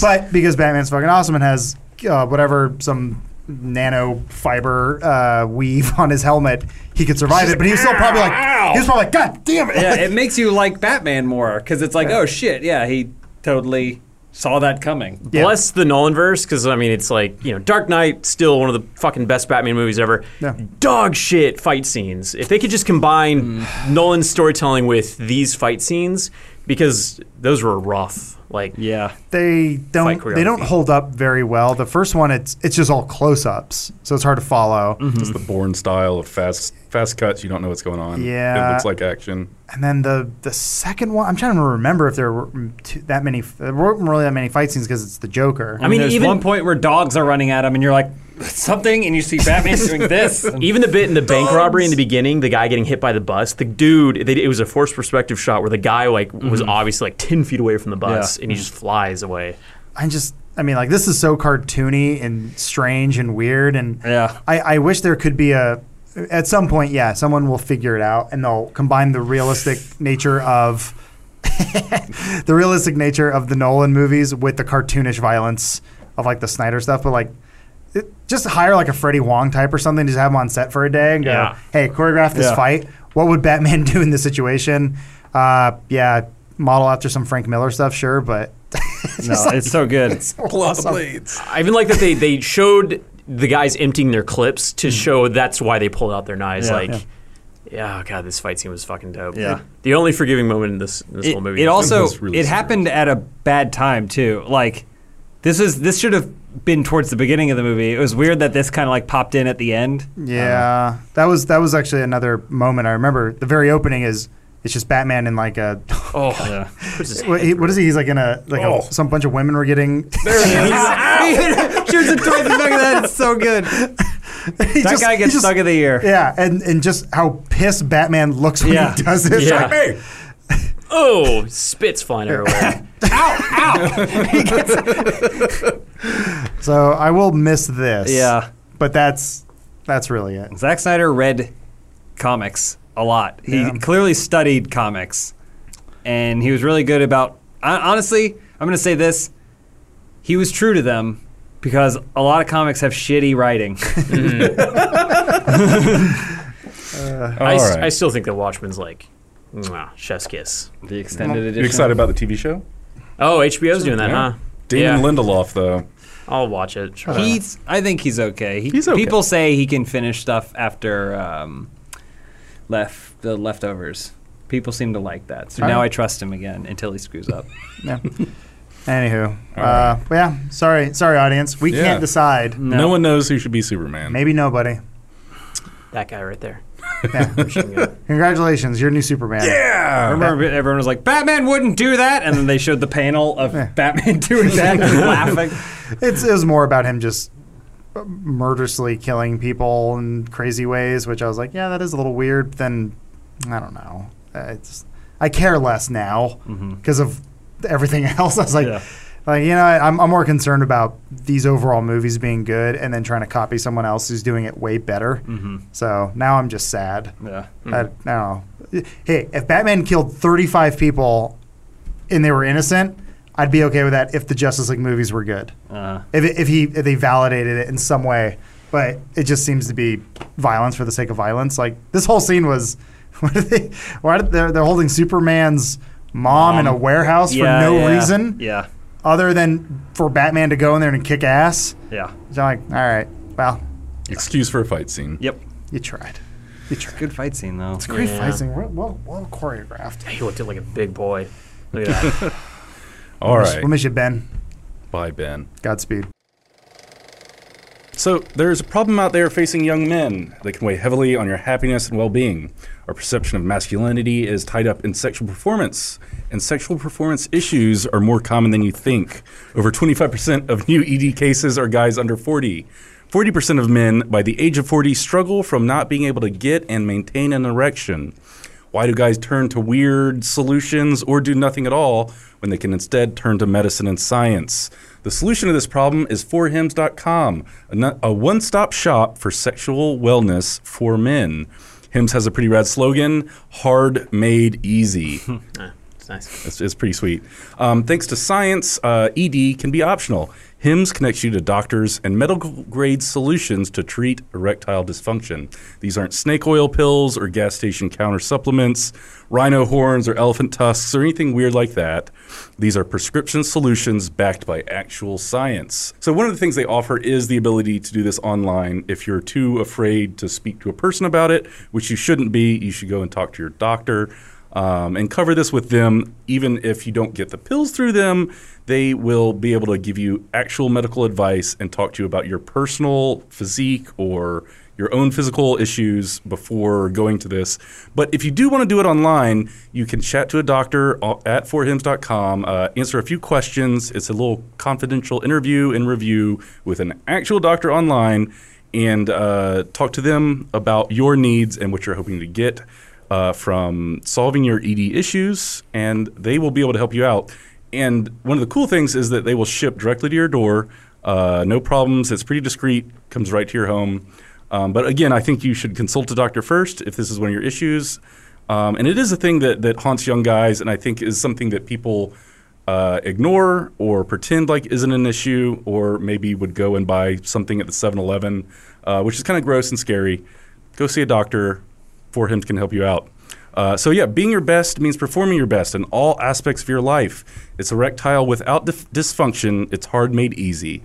but because Batman's fucking awesome and has uh, whatever some nano fiber uh, weave on his helmet, he could survive it. But he was still probably like, he was probably like, God damn it! yeah, it makes you like Batman more because it's like, oh shit, yeah, he totally saw that coming. Yeah. Bless the Nolanverse, because I mean, it's like you know, Dark Knight still one of the fucking best Batman movies ever. Yeah. Dog shit fight scenes. If they could just combine Mm. Nolan's storytelling with these fight scenes, because those were rough. Like Yeah. They Fight don't. choreography. They don't hold up very well. The first one, it's it's just all close ups, so it's hard to follow. Mm. It's the Bourne style of fast fast cuts. You don't know what's going on. Yeah. it looks like action. And then the the second one, I'm trying to remember if there were mm, two, that many. There weren't really that many fight scenes because it's the Joker. I mean, there's even- one point where dogs are running at him, and you're like something, and you see Batman doing this. and- Even the bit in the bank robbery in the beginning, the guy getting hit by the bus, the dude, they, it was a forced perspective shot where the guy like was obviously like ten feet away from the bus, Mm. Yeah. and he just flies away. I just, I mean, like this is so cartoony and strange and weird, and Yeah. I, I wish there could be a, at some point, yeah, someone will figure it out and they'll combine the realistic nature of, the realistic nature of the Nolan movies with the cartoonish violence of like the Snyder stuff, but like. It, just hire like a Freddie Wong type or something. Just have him on set for a day and go, Yeah. "Hey, choreograph this Yeah. fight. What would Batman do in this situation?" Uh, yeah, model after some Frank Miller stuff, sure, but No, it's so good. Awesome. blades. I even like that they they showed the guys emptying their clips to show that's why they pulled out their knives. Yeah. like, yeah. oh, god, this fight scene was fucking dope. Yeah. the only forgiving moment in this in this whole movie. It also was really it serious. happened at a bad time too. Like this is this should have been towards the beginning of the movie. It was weird that this kind of like popped in at the end. Yeah, that was that was actually another moment I remember. The very opening is it's just Batman in like a oh, Yeah. puts his what, head he- what is he? He's like in a like Oh. a, some bunch of women were getting. Shoots it towards the back of that. It's so good. he That just- guy he gets just- thug of the year. Yeah, and and just how pissed Batman looks when Yeah. he does it. Yeah. Like, hey, through. oh, spits flying everywhere. so I will miss this. Yeah. but that's that's really it. Zack Snyder read comics a lot. He Yeah. clearly studied comics, and he was really good about. hon- Honestly, I'm going to say this: he was true to them because a lot of comics have shitty writing. I, s- All right. I still think that Watchmen's like, mwah, chef's kiss. The extended edition. You excited about the TV show? Oh, HBO's doing that, Yeah. huh? Damon Yeah. Lindelof, though. I'll watch it. Sure. He's. I think he's okay. He, He's okay. People say he can finish stuff after um, left the leftovers. People seem to like that. So All now right. I trust him again until he screws up. Yeah. Anywho, uh, well, yeah. Sorry, sorry, audience. We Yeah. can't decide. No. one knows who should be Superman. Maybe nobody. that guy right there. Yeah. Machine gun. Congratulations, you're new Superman. Yeah. Remember, everyone was like, "Batman wouldn't do that," and then they showed the panel of Yeah. Batman doing that, and laughing. It's it was more about him just murderously killing people in crazy ways, which I was like, yeah, that is a little weird. But then I don't know. Uh, It's I care less now because of everything else. I was like. Mm-hmm. Yeah. Like you know, I, I'm, I'm more concerned about these overall movies being good, and then trying to copy someone else who's doing it way better. So now I'm just sad. Mm-hmm. Yeah. I, I don't know. Hey, if Batman killed 35 people and they were innocent, I'd be okay with that if the Justice League movies were good. Uh, If, it- if he if they validated it in some way, but it just seems to be violence for the sake of violence. Like this whole scene was, what are they? Why did they're, they're holding Superman's mom in a warehouse yeah, for no yeah, reason Yeah. other than for Batman to go in there and kick ass. Yeah. So I'm like, all right, well, Excuse for a fight scene. Yep. you tried. You tried. Good fight scene though. It's great Yeah. fight scene. Well, well, well choreographed. He looked like a big boy. Look at that. All right. We'll miss you, Ben. Bye, Ben. Godspeed. So, there's a problem out there facing young men that can weigh heavily on your happiness and well being. Our perception of masculinity is tied up in sexual performance, and sexual performance issues are more common than you think. Over 25% of new ED cases are guys under 40. 40% of men by the age of 40 struggle from not being able to get and maintain an erection. Why do guys turn to weird solutions or do nothing at all when they can instead turn to medicine and science? The solution to this problem is 4hims.com, a no- a one stop shop for sexual wellness for men. Hims has a pretty rad slogan hard made easy. Ah, it's nice. It's, it's pretty sweet. Um, thanks to science, uh, ED can be optional. HIMS connects you to doctors and medical grade solutions to treat erectile dysfunction. These aren't snake oil pills or gas station counter supplements, rhino horns or elephant tusks or anything weird like that. These are prescription solutions backed by actual science. So, one of the things they offer is the ability to do this online. If you're too afraid to speak to a person about it, which you shouldn't be, you should go and talk to your doctor um, and cover this with them. Even if you don't get the pills through them, they will be able to give you actual medical advice and talk to you about your personal physique or your own physical issues before going to this. But if you do want to do it online, you can chat to a doctor o- at forhims.com, uh, answer a few questions. It's a little confidential interview and review with an actual doctor online and uh, talk to them about your needs and what you're hoping to get uh, from solving your ED issues, and they will be able to help you out. And one of the cool things is that they will ship directly to your door, uh, no problems. It's pretty discreet, comes right to your home. Um, but again, I think you should consult a doctor first if this is one of your issues. Um, and it is a thing that, that haunts young guys, and I think is something that people uh, ignore or pretend like isn't an issue, or maybe would go and buy something at the 7 Eleven, uh, which is kind of gross and scary. Go see a doctor. For him can help you out. Uh, so yeah, being your best means performing your best in all aspects of your life. It's erectile without dif- dysfunction. It's hard made easy.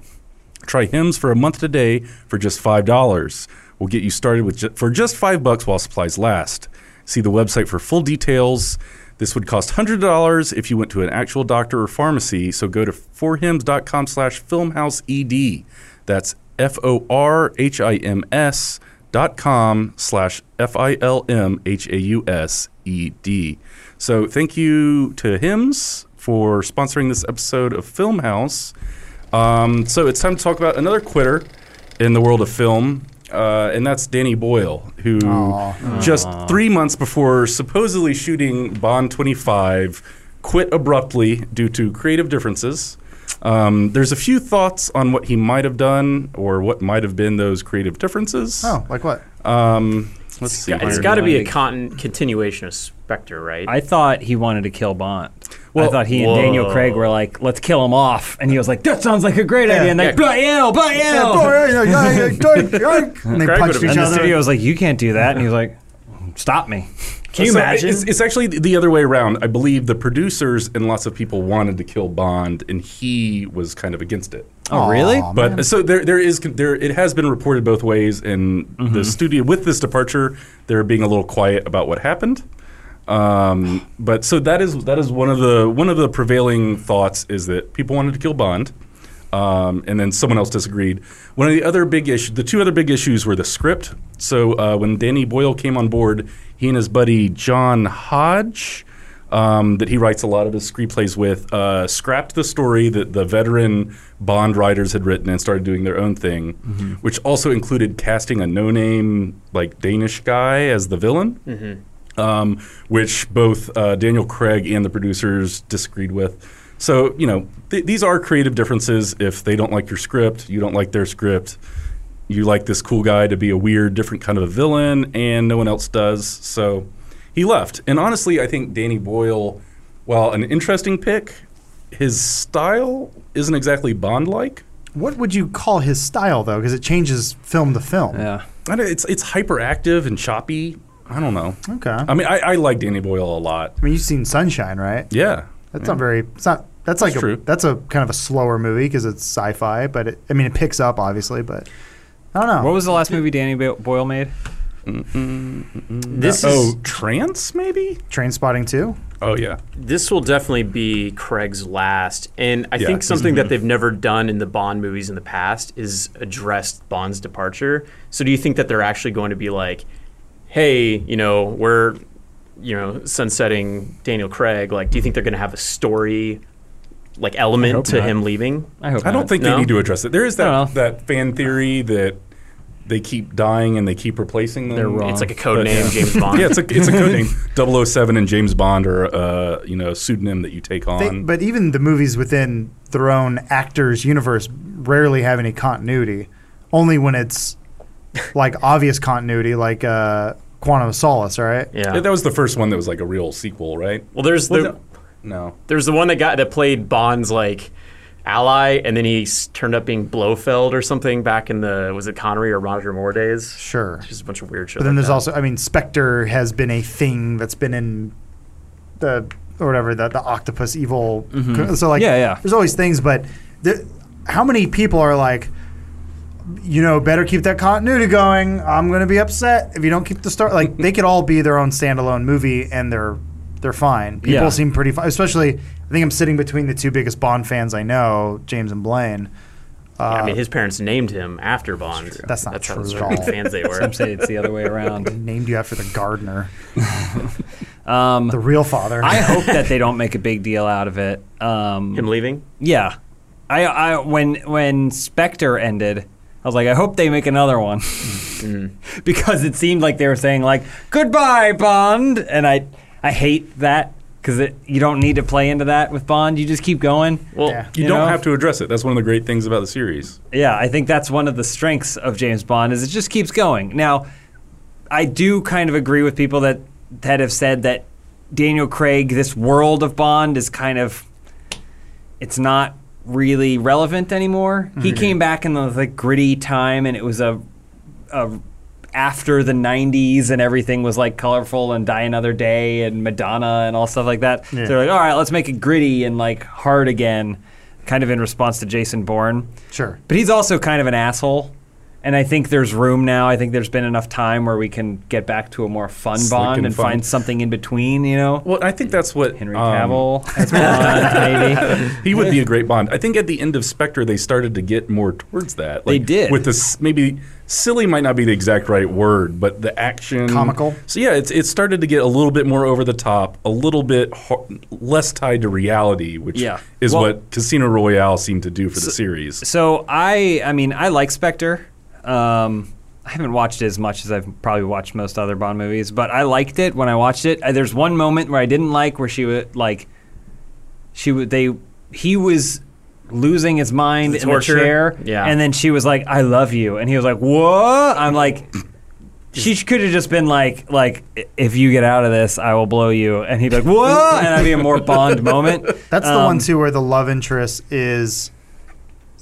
Try Hims for a month today for just five dollars. We'll get you started with ju- for just five bucks while supplies last. See the website for full details. This would cost hundred dollars if you went to an actual doctor or pharmacy. So go to forhims.com slash filmhouseed. That's f o r h i m s dot com slash f i l m h a u s e d. So thank you to Hims for sponsoring this episode of Film House. Um, so it's time to talk about another quitter in the world of film, uh, and that's Danny Boyle, who just three months before supposedly shooting Bond 25 quit abruptly due to creative differences. Um, there's a few thoughts on what he might have done or what might have been those creative differences. Oh, like what? Um, let's see. It's here. got to be a Like- con- continuation of Spectre, right? I thought he wanted to kill Bond. Well- I thought he and Daniel Whoa. Craig were like, "Let's kill him off," and he was like, "That sounds like a great idea." And they, Yeah. "But yeah, but yeah." and they Craig punched would've each been- And the other. studio was like, "You can't do that," and he was like, stop me. Can you So imagine? It's, it's actually the other way around. I believe the producers and lots of people wanted to kill Bond, and he was kind of against it. Oh, really? Aw, But so there, there is there. It has been reported both ways, and the studio with this departure, they're being a little quiet about what happened. Um, but so that is that is one of the one of the prevailing thoughts is that people wanted to kill Bond, um, and then someone else disagreed. One of the other big issue, the two other big issues were the script. So uh, when Danny Boyle came on board, he and his buddy John Hodge um, that he writes a lot of his screenplays with, uh, scrapped the story that the veteran Bond writers had written and started doing their own thing, which also included casting a no-name like Danish guy as the villain, um, which both uh, Daniel Craig and the producers disagreed with. So you know th- these are creative differences. If they don't like your script, you don't like their script. You like this cool guy to be a weird, different kind of a villain, and no one else does. So he left. And honestly, I think Danny Boyle, while an interesting pick, his style isn't exactly Bond like. what would you call his style though? Because it changes film to film. Yeah. It's it's hyperactive and choppy. I don't know. Okay. I mean, I, I like Danny Boyle a lot. I mean, you've seen Sunshine, right? Yeah. That's not very. It's not. That's like That's a, true. That's a kind of a slower movie because it's sci-fi, but it, I mean, it picks up obviously, but I don't What know. was the last movie Danny Bo- Boyle made? this is oh, trance maybe? Train Spotting too. Oh yeah. this will definitely be Craig's last, and I Yeah. think something that they've never done in the Bond movies in the past is addressed Bond's departure. So, do you think that they're actually going to be like, "Hey, you know, we're, you know, sunsetting Daniel Craig"? Like, do you think they're going to have a story, like, element to not. him leaving? I hope I don't not. think No? they need to address it. There is I that don't that fan theory that they keep dying and they keep replacing them. They're wrong. It's like a code But, name, James Bond. Yeah, it's a it's a code name. 007 and James Bond are uh, you know a pseudonym that you take on. They, but even the movies within their own actors' universe rarely have any continuity. Only when it's like obvious continuity, like uh, Quantum of Solace, right? Yeah. Yeah, that was the first one that was like a real sequel, right? Well, there's Well, the. No. There's the one that got that played Bond's like ally, and then he s- turned up being Blofeld or something back in the was it Connery or Roger Moore days? Sure. Just a bunch of weird shit. But then like there's that. also, I mean, Spectre has been a thing that's been in the or whatever the the octopus evil. So Mm-hmm. like, Yeah, yeah. There's always things, but there, how many people are like, you know, better keep that continuity going. I'm gonna be upset if you don't keep the start. Like they could all be their own standalone movie, and they're they're fine. People Yeah. seem pretty fine, especially. I think I'm sitting between the two biggest Bond fans I know, James and Blaine. I mean, his parents named him after Bond. That's not how true strong at all. Fans they were. Some say it's the other way around. Named you after the gardener, Um, the real father. I hope that they don't make a big deal out of it. Um, him leaving. Yeah, I, I when when Spectre ended, I was like, I hope they make another one, because it seemed like they were saying like goodbye Bond, and I I hate that because you don't need to play into that with Bond. You just keep going. Well, Yeah. You, You don't know? have to address it. That's one of the great things about the series. Yeah, I think that's one of the strengths of James Bond is it just keeps going. Now, I do kind of agree with people that that have said that Daniel Craig, this world of Bond, is kind of it's not really relevant anymore. Mm-hmm. He came back in the like gritty time, and it was a, a after the '90s, and everything was like colorful and Die Another Day and Madonna and all stuff like that. Yeah. So they're like, all right, let's make it gritty and like hard again, kind of in response to Jason Bourne. sure. But he's also kind of an asshole. And I think there's room now. I think there's been enough time where we can get back to a more fun Slick bond and and, fun. find something in between, you know? Well, I think that's what Henry um, Cavill as Bond, maybe. he would be a great Bond. I think at the end of Spectre, they started to get more towards that. They did. with this maybe silly might not be the exact right word, but the action Comical? So yeah, it's it started to get a little bit more over the top, a little bit har- less tied to reality, which Yeah. is Well- what Casino Royale seemed to do for the series. So I, I mean, I like Spectre. Um, I haven't watched it as much as I've probably watched most other Bond movies, but I liked it when I watched it. Uh, There's one moment where I didn't like where she would like, she would they he was losing his mind The in the torture? chair, Yeah. and then she was like, "I love you," and he was like, "What?" I'm like. She could have just been like, like, "I- if you get out of this, I will blow you, and he'd be like, "Whoa!" and that'd be a more Bond moment. That's the Um, one too where the love interest is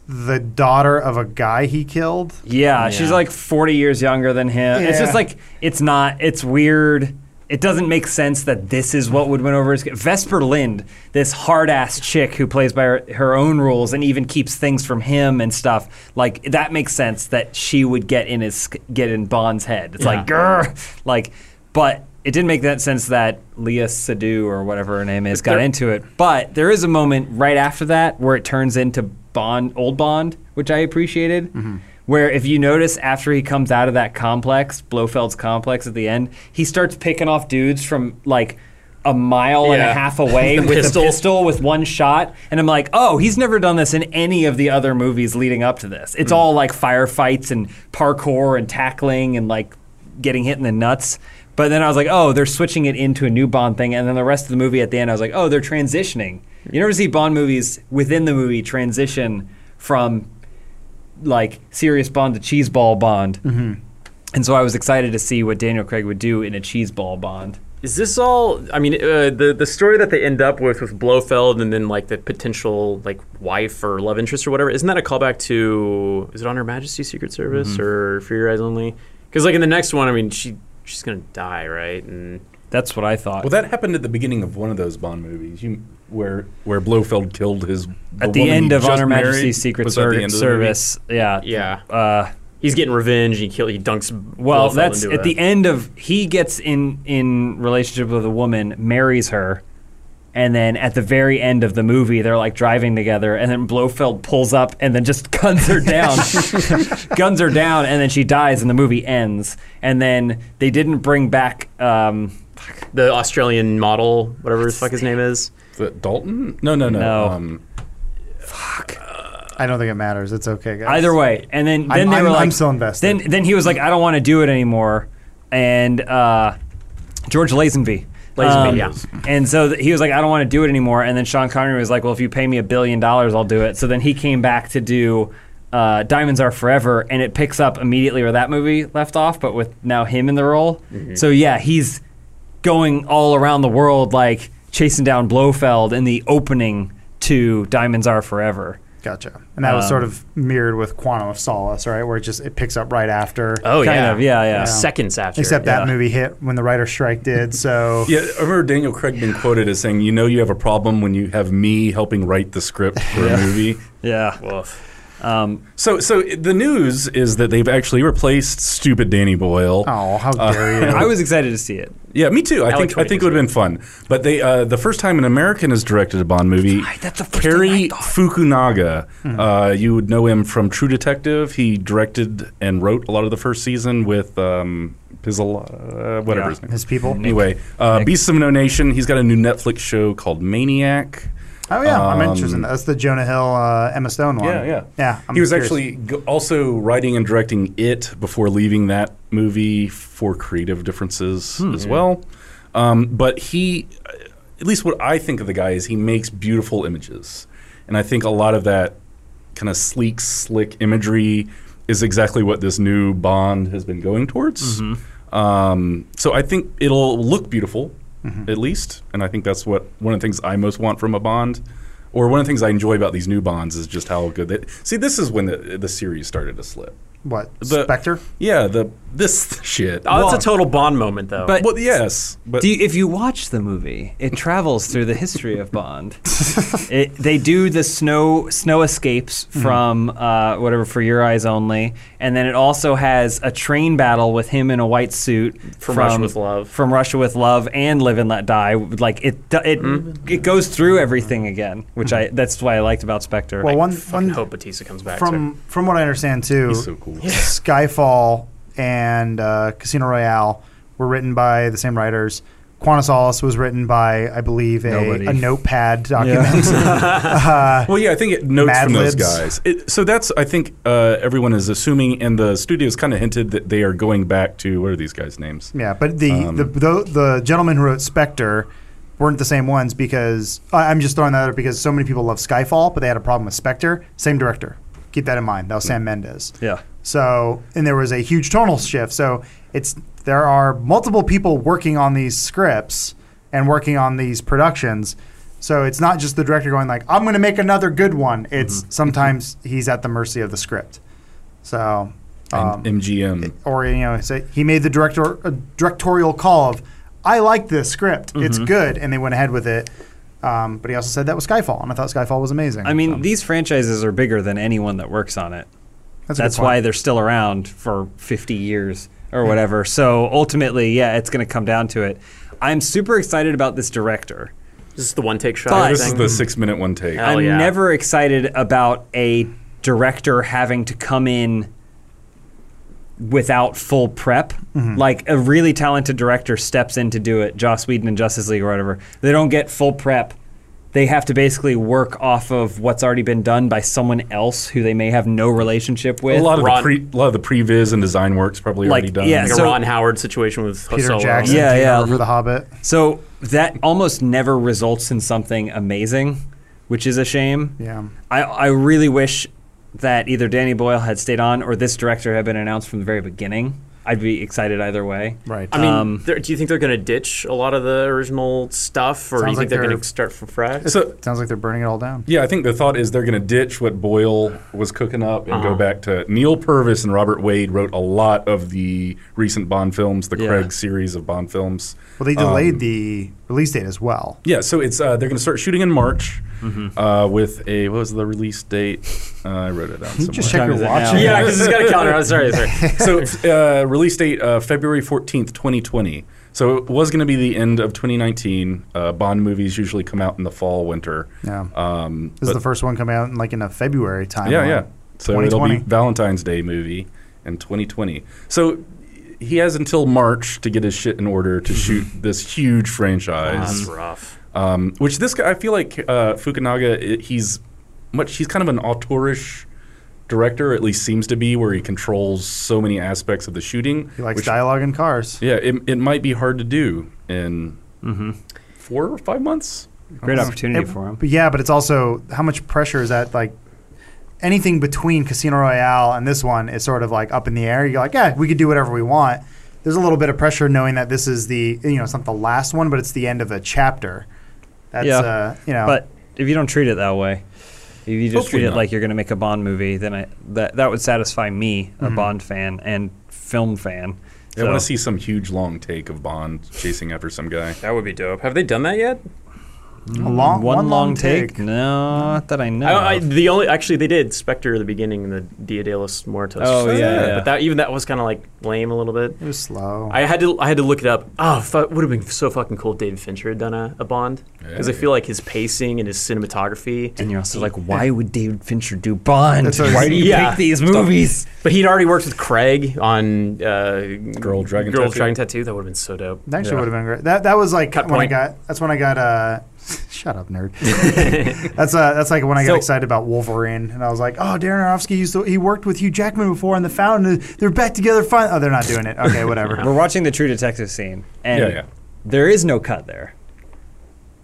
the daughter of a guy he killed. Yeah, she's like 40 years younger than him. It's Yeah. just like it's not. It's weird. It doesn't make sense that this is what would win over his. Vesper Lind, this hard ass chick who plays by her, her own rules and even keeps things from him and stuff. Like that makes sense that she would get in his get in Bond's head. It's like grr, like, but it didn't make that sense that Leah Sadu or whatever her name is got there- into it. But there is a moment right after that where it turns into Bond, old Bond, which I appreciated. Mm-hmm. Where if you notice after he comes out of that complex, Blofeld's complex at the end, he starts picking off dudes from like a mile and a Yeah. half away The with pistol. a pistol with one shot. And I'm like, oh, he's never done this in any of the other movies leading up to this. Mm. It's all like firefights and parkour and tackling and like getting hit in the nuts. But then I was like, oh, they're switching it into a new Bond thing. And then the rest of the movie at the end, I was like, oh, they're transitioning. You never see Bond movies within the movie transition from like serious Bond to cheeseball Bond. Mm-hmm. And so I was excited to see what Daniel Craig would do in a cheeseball Bond. Is this all? I mean, uh, the the story that they end up with with Blofeld and then like the potential like wife or love interest or whatever. Isn't that a callback to? Is it on Her Majesty's Secret Service Mm-hmm. or For Your Eyes Only? Because like in the next one, I mean, she she's gonna die, right? And That's what I thought. Well, that happened at the beginning of one of those Bond movies, you, where where Blofeld killed his the at the woman end he of just Honor married. Majesty's Secret Was that the Ser- end of the movie? Service. Yeah. yeah, Uh, he's getting revenge. And he kill. He dunks. well, Blofeld that's into at a- the end of he gets in in relationship with a woman, marries her, and then at the very end of the movie, they're like driving together, and then Blofeld pulls up and then just guns her down, guns her down, and then she dies, and the movie ends. And then they didn't bring back. Um, the Australian model, whatever the fuck his name is. Is that Dalton? No, no, no. No. Um, I don't think it matters. It's okay, guys. Either way, and then then I'm- they I'm- were like, I'm still invested. Then then he was like, I don't want to do it anymore, and uh, George Lazenby. Oh, Um, Lazenby, yeah. And so th- he was like, I don't want to do it anymore. And then Sean Connery was like, Well, if you pay me a billion dollars, I'll do it. So then he came back to do uh, Diamonds Are Forever, and it picks up immediately where that movie left off, but with now him in the role. Mm-hmm. So yeah, he's going all around the world, like chasing down Blofeld in the opening to Diamonds Are Forever. Gotcha. And that was Um, sort of mirrored with Quantum of Solace, right? Where it just it picks up right after. Oh Kind yeah. of, yeah, yeah. Seconds after. Except yeah. that movie hit when the writer strike did. So yeah, I remember Daniel Craig being quoted as saying, "You know, you have a problem when you have me helping write the script for a movie." Yeah. Woof. Um, So, so the news is that they've actually replaced stupid Danny Boyle. oh, how Uh, dare you? I was excited to see it. Yeah, me too. I Alec think I think it Twitty would have been fun. But they uh, the first time an American has directed a Bond movie, That's the first thing I Cary Hmm. Fukunaga. Uh, you would know him from True Detective. He directed and wrote a lot of the first season with um, Pizzol, uh, whatever Yeah. his name. His people. Anyway, uh, Beasts of No Nation. He's got a new Netflix show called Maniac. Oh yeah, I'm interested in Um, that. That's the Jonah Hill, uh, Emma Stone one. Yeah, yeah, yeah. I'm he was curious. actually go- also writing and directing it before leaving that movie for creative differences as well. Um, but he, at least what I think of the guy is he makes beautiful images, and I think a lot of that kind of sleek, slick imagery is exactly what this new Bond has been going towards. Um, so I think it'll look beautiful, at least, and I think that's what one of the things I most want from a Bond, or one of the things I enjoy about these new Bonds is just how good they. See, this is when the the series started to slip. what the- Spectre. Yeah, the this shit. Oh, Well, that's a total Bond moment, though. But- well, yes, but Do you, if you watch the movie, it travels through the history of Bond. it, they do the snow snow escapes from uh, whatever for your eyes only, and then it also has a train battle with him in a white suit From Russia with Love. from Russia with Love, and Live and Let Die. Like it, do- it, it goes through everything again, which I that's why I liked about Spectre. Well, one I one hope Batista comes back. from from what I understand too, He's so cool. Skyfall and uh, Casino Royale were written by the same writers. Quantum of Solace was written by, I believe, a, Nobody. a notepad document. Well, yeah, I think it notes Mad from those Libs. guys. It, so that's I think uh, everyone is assuming, and the studios kind of hinted that they are going back to what are these guys' names? yeah, but the, Um, the the the gentleman who wrote Spectre weren't the same ones because I, I'm just throwing that out because so many people love Skyfall, but they had a problem with Spectre. Same director. Keep that in mind. That was Sam Mendes. yeah. So, and there was a huge tonal shift. So, it's there are multiple people working on these scripts and working on these productions. So it's not just the director going like, "I'm going to make another good one." It's sometimes he's at the mercy of the script. So, um, and MGM. or you know, say he made the director a directorial call of, "I like this script. Mm-hmm. It's good," and they went ahead with it. Um, but he also said that was Skyfall, and I thought Skyfall was amazing. I mean, Um, these franchises are bigger than anyone that works on it. that's, a good That's point. why they're still around for 50 years or whatever. So ultimately, yeah, it's going to come down to it. I'm super excited about this director. This is the one take shot. But- this is thing. the six minute one take. Yeah. Hell I'm never excited about a director having to come in without full prep. Like a really talented director steps in to do it, Joss Whedon and Justice League or whatever. They don't get full prep. They have to basically work off of what's already been done by someone else who they may have no relationship with. a lot of Ron- the pre, a lot of the previs and design works probably Like, already done. yeah, like so- a Ron Howard situation with Peter Solo. Jackson Yeah, came yeah. over for The Hobbit. So that almost never results in something amazing, which is a shame. Yeah. I, I really wish that either Danny Boyle had stayed on or this director had been announced from the very beginning. I'd be excited either way. Right. I mean, Um, they're- do you think they're going to ditch a lot of the original stuff, or do you Sounds think like they're going they're- to start from fresh? So Sounds like they're burning it all down. yeah, I think the thought is they're going to ditch what Boyle was cooking up and Uh-huh. go back to Neil Purvis and Robert Wade wrote a lot of the recent Bond films, the Yeah. Craig series of Bond films. Well, they delayed Um, the release date as well. Yeah, so it's uh, they're going to start shooting in March Mm-hmm. uh, with a what was the release date? Uh, I wrote it down somewhere. Just check your is it watch. now? yeah, because it's got a counter. I'm sorry, sorry. so f- uh, release date uh, February 14th, 2020. So it was going to be the end of 2019. Uh, Bond movies usually come out in the fall, winter. Yeah. Um, This is but- the first one coming out in like in a February time. yeah, yeah. So it'll be 2020. Valentine's Day movie in 2020. So he has until March to get his shit in order to shoot this huge That's franchise. rough. Um, which this guy, I feel like uh, Fukunaga, i he's much. He's kind of an auteurish director, at least seems to be, where he controls so many aspects of the shooting. He likes which dialogue and cars. Yeah, it, it might be hard to do in four or five months. Great opportunity It- for him. But yeah, but it's also how much pressure is that like anything between Casino Royale and this one is sort of like up in the air. You're like, yeah, we could do whatever we want. There's a little bit of pressure knowing that this is the you know, it's not the last one, but it's the end of a chapter. That's Yeah. uh, you know But if you don't treat it that way, if you just Hopefully treat it not. like you're going to make a Bond movie, then I, that that would satisfy me, a Bond fan and film fan. I want to So- see some huge long take of Bond chasing after some guy. That would be dope. Have they done that yet? a long one, long, take? No, not that I know. I, I, of. the only actually they did Spectre the beginning and the Dia de los Muertos. Oh, yeah, yeah. but that even that was kind of like lame a little bit. It was slow. I had to I had to look it up. Oh, it would have been so fucking cool. if David Fincher had done a, a Bond because I Yeah. feel like his pacing and his cinematography. and you're also like, why would David Fincher do Bond? That's what I was- Why do you Yeah. pick these movies? But he'd already worked with Craig on uh, Girl, Dragon Girl Tattoo. Dragon Tattoo. That would have been so dope. That actually Yeah. would have been great. That that was like Cut when point. I got. That's when I got. Uh, shut up, nerd. that's uh, that's like when I got So- excited about Wolverine, and I was like, oh, Darren Aronofsky used to, he worked with Hugh Jackman before on The Fountain. They're back together. Fine. Oh, they're not doing it. Okay, whatever. We're watching the True Detective scene, and Yeah, yeah. there is no cut there.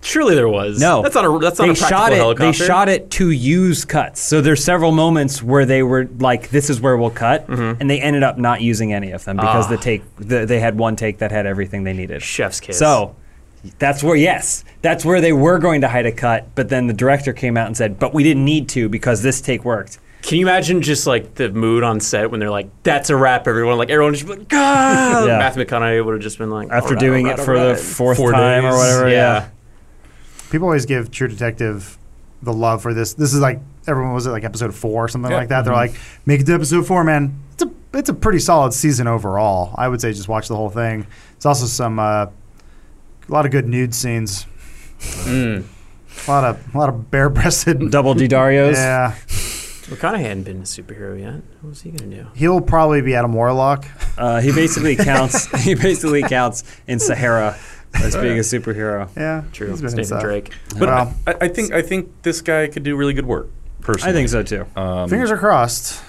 Surely there was. No, that's not a that's they not a practical shot it. helicopter. They shot it to use cuts. So there's several moments where they were like, "This is where we'll cut," and they ended up not using any of them because the take the, they had one take that had everything they needed. Chef's kiss. So that's where yes, that's where they were going to hide a cut, but then the director came out and said, "But we didn't need to because this take worked." Can you imagine just like the mood on set when they're like, "That's a wrap," everyone like everyone just be like, "God!" Yeah. Matthew McConaughey would have just been like, "Oh, After "Alright, doing alright, it for alright." the fourth Four time or days. whatever, yeah. Yeah. People always give True Detective the love for this. This is like everyone was it like episode four or something Yeah. like that. They're Mm-hmm. like, make it to episode four, man. It's a it's a pretty solid season overall. I would say just watch the whole thing. It's also some uh, a lot of good nude scenes. Mm. A lot of a lot of bare breasted. Double D Dario's. Yeah, McConaughey hadn't been a superhero yet. What was he gonna do? he'll probably be Adam Warlock. Uh, he basically counts. he basically counts in Sahara Oh, as being a superhero. Yeah, True. he's It's been in Nathan stuff. Drake. But Well- I, I think I think this guy could do really good work. Personally, I think so too. Um, Fingers are crossed.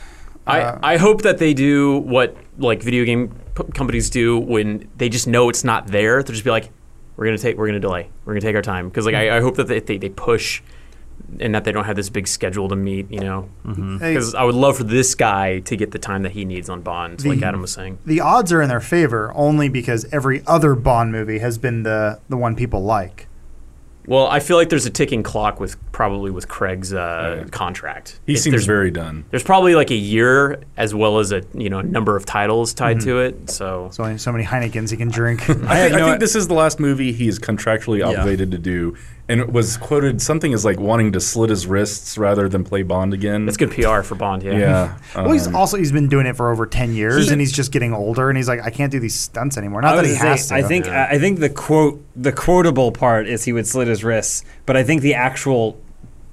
Uh, I, I hope that they do what like video game p- companies do when they just know it's not there. They'll just be like, "We're gonna take, we're gonna delay, we're gonna take our time." Because like I, I hope that they, they they push and that they don't have this big schedule to meet. You know, Mm-hmm. Hey, because I would love for this guy to get the time that he needs on Bond, like The- Adam was saying. the odds are in their favor only because every other Bond movie has been the the one people like. Well, I feel like there's a ticking clock with probably with Craig's uh, contract. He If seems there's, very done. There's probably like a year as well as a you know number of titles tied to it. So There's only so many Heinekens he can drink. I, think, I no- think this is the last movie he is contractually obligated to do, and it was quoted something as like wanting to slit his wrists rather than play Bond again. that's good PR for Bond. Yeah. Yeah. well, he's um, also he's been doing it for over ten years, He- and he's just getting older, and he's like, I can't do these stunts anymore. Not I that was he gonna has say, to. I think I I think the quote the quotable part is he would slit his wrists, but I think the actual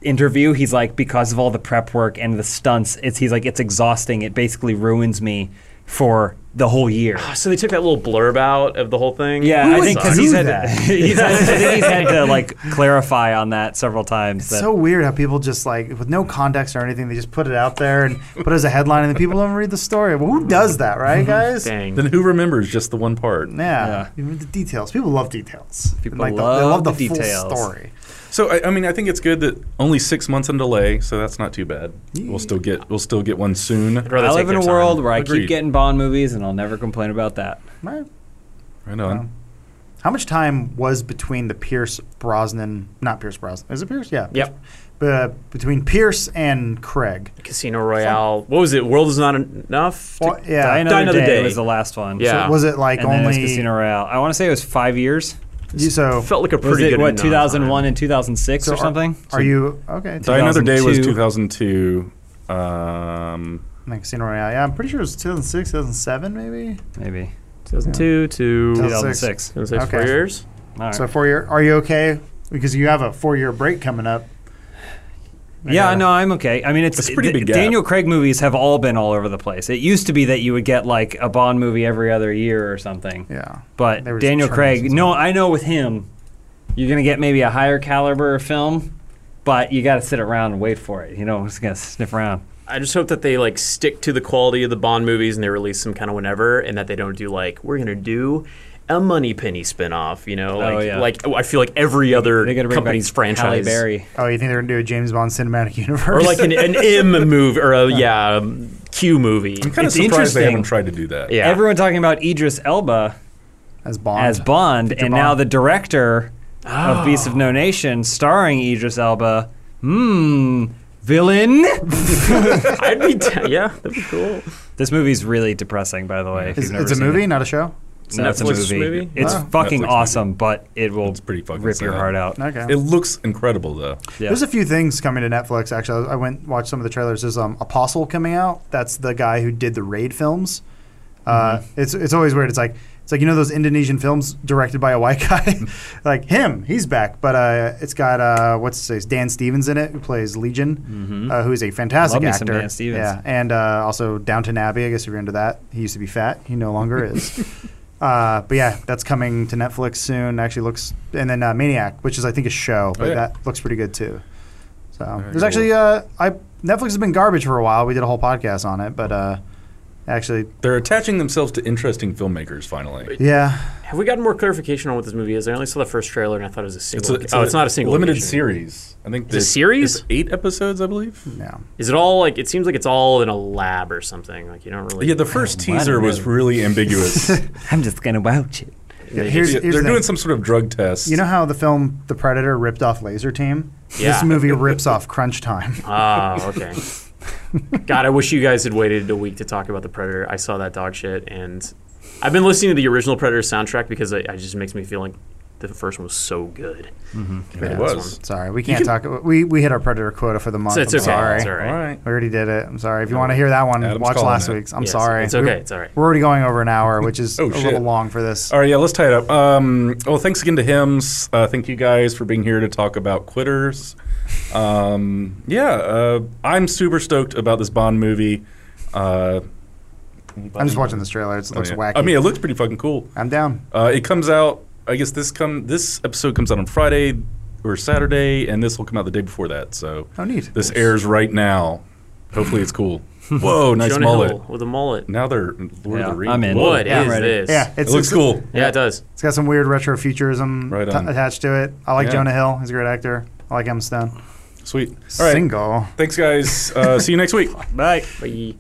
interview he's like because of all the prep work and the stunts, it's he's like it's exhausting. It basically ruins me for the whole year. So they took that little blurb out of the whole thing. Yeah, Who I would think do he's had, to, that? he's had I think he's had to like clarify on that several times. It's that- so weird how people just like with no context or anything, they just put it out there and put it as a headline, and then people don't read the story. Well, who does that, Mm-hmm. right, guys? Yeah, Dang. then who remembers just the one part? Yeah. Even the details. People love details. People like the, they love love the the full details. story. So I, I mean, I think it's good that only six months in delay, so that's not too bad. We'll still get we'll still get one soon. I'd rather I take live in their a time. world where I Agreed. keep getting Bond movies, and I'll never complain about that. Right. Right on. How much time was between the Pierce Brosnan, not Pierce Brosnan, is it Pierce? Yeah. Yep. Uh, between Pierce and Craig. Casino Royale. What was it? World is not enough. Well, yeah. Die Another, Die Another Day, Day. was the last one. Yeah. Was it like and then it's only Casino Royale. I want to say it was five years. you- so? felt like a pretty was it good what amount of 2001 and 2006 So or something? Are you okay? Die Another Day was 2002. 2002. Um, Like Casino Royale. Yeah, I'm pretty sure it was 2006, 2007, maybe. Maybe time. 2002 to 2006. 2006. 2006, four Okay. years. All right. So four year. Are you okay? Because you have a four year break coming up. yeah, no, I'm okay. I mean, it's, It's a pretty the- big gap. Daniel Craig movies have all been all over the place. It used to be that you would get like a Bond movie every other year or something. Yeah. But There was Daniel turns Craig, and no, I know with him, you're gonna get maybe a higher caliber of film, but you got to sit around and wait for it. You know, just gonna sniff around. I just hope that they like stick to the quality of the Bond movies and they release them kind of whenever, and that they don't do like we're gonna do a Money Penny spinoff. You know, like Oh, yeah. like I feel like every other They gotta bring company's back Halle franchise. Berry. Oh, you think they're gonna do a James Bond cinematic universe? Or like an, an M movie or a yeah um, Q movie. I'm kind of It's surprised they interesting. haven't tried to do that. Yeah. Everyone talking about Idris Elba as Bond. as Bond, Victor and now Bond. the director of Beasts of No Nation, starring Idris Elba. Hmm, villain. I'd be down- yeah, that'd be cool. this movie's really depressing, by the way. If It's, you've never it's a seen movie, It. not a show. It's not- it's a Netflix movie. movie? It's Wow. fucking Netflix movie. awesome, but it will It's pretty fucking rip your sad. heart out. Okay. It looks incredible though. Yeah. There's a few things coming to Netflix. Actually, I I went and watched some of the trailers. There's um, Apostle coming out. That's the guy who did the Raid films. Uh, Mm-hmm. It's it's always weird. It's like it's like you know those Indonesian films directed by a white guy, Mm-hmm. like him. He's back, but uh, it's got uh, what's his face? Dan Stevens in it, who plays Legion, uh, who is a fantastic Mm-hmm. Love me some actor. Dan Stevens. Yeah, and uh, also Downton Abbey. I guess if you're into that, he used to be fat. He no longer is. Uh, but yeah, that's coming to Netflix soon. Actually, looks and then uh, Maniac, which is I think a show, but Oh, yeah. that looks pretty good too. So there's cool. actually uh, I Netflix has been garbage for a while. We did a whole podcast on it, but uh, actually, They're attaching themselves to interesting filmmakers finally. yeah, Have we gotten more clarification on what this movie is? I only saw the first trailer and I thought it was a It's single. a, oh, it's not a single limited location. series. I think It's a series? it's eight episodes, I believe. yeah. Is it all like? It seems like it's all in a lab or something. Like you don't really. Yeah, the first I don't teaser was know. really ambiguous. I'm just gonna watch it. they Yeah, Here's- here's the they're thing. doing some sort of drug test. You know how the film The Predator ripped off Laser Team? This Yeah. movie rips off Crunch Time. Ah, okay. God, I wish you guys had waited a week to talk about the Predator. I saw that dog shit, and I've been listening to the original Predator soundtrack because it, it just makes me feel like the first one was so good. Yeah, Yeah, it this was. Sorry, we can't talk. We we hit our Predator quota for the month. So it's I'm okay. sorry. It's all right. All right. We already did it. I'm sorry. If you want to hear that one, Adam's watch calling last it. week's. I'm Yeah, it's- sorry. It's okay. We're- it's all right. We're already going over an hour, which is Oh, a shit. little long for this. All right, yeah, let's tie it up. Um, well, thanks again to Hims. Uh, thank you guys for being here to talk about Quitters. Um, yeah, uh, I'm super stoked about this Bond movie. Uh, I'm just watching this trailer. It's- It oh, looks yeah. wacky. I mean, it looks pretty fucking cool. I'm down. Uh, it comes out. I guess this come this episode comes out on Friday or Saturday, and this will come out the day before that. So Oh, neat. this airs right now. Hopefully, it's cool. Whoa, nice Jonah mullet. Hill with a mullet. Now they're Lord Yeah, of the Rings. I'm in. Whoa. What It is Yeah, I'm ready. this? Yeah, it's, looks it's- cool. Yeah, it does. It's got some weird retrofuturism Right t- on. attached to it. I like Yeah. Jonah Hill. He's a great actor. I like Emma Stone. All Sweet. All right. Single. Thanks, guys. Uh, see you next week. Bye. But you-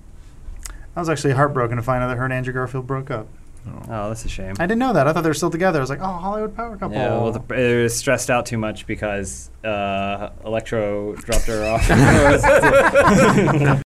I was actually heartbroken to find out that her and Andrew Garfield broke up. Oh, that's a shame. I didn't know that. I thought they were still together. I was like, oh, Hollywood power couple. Yeah, well, the, it was stressed out too much because uh, Electro dropped her off.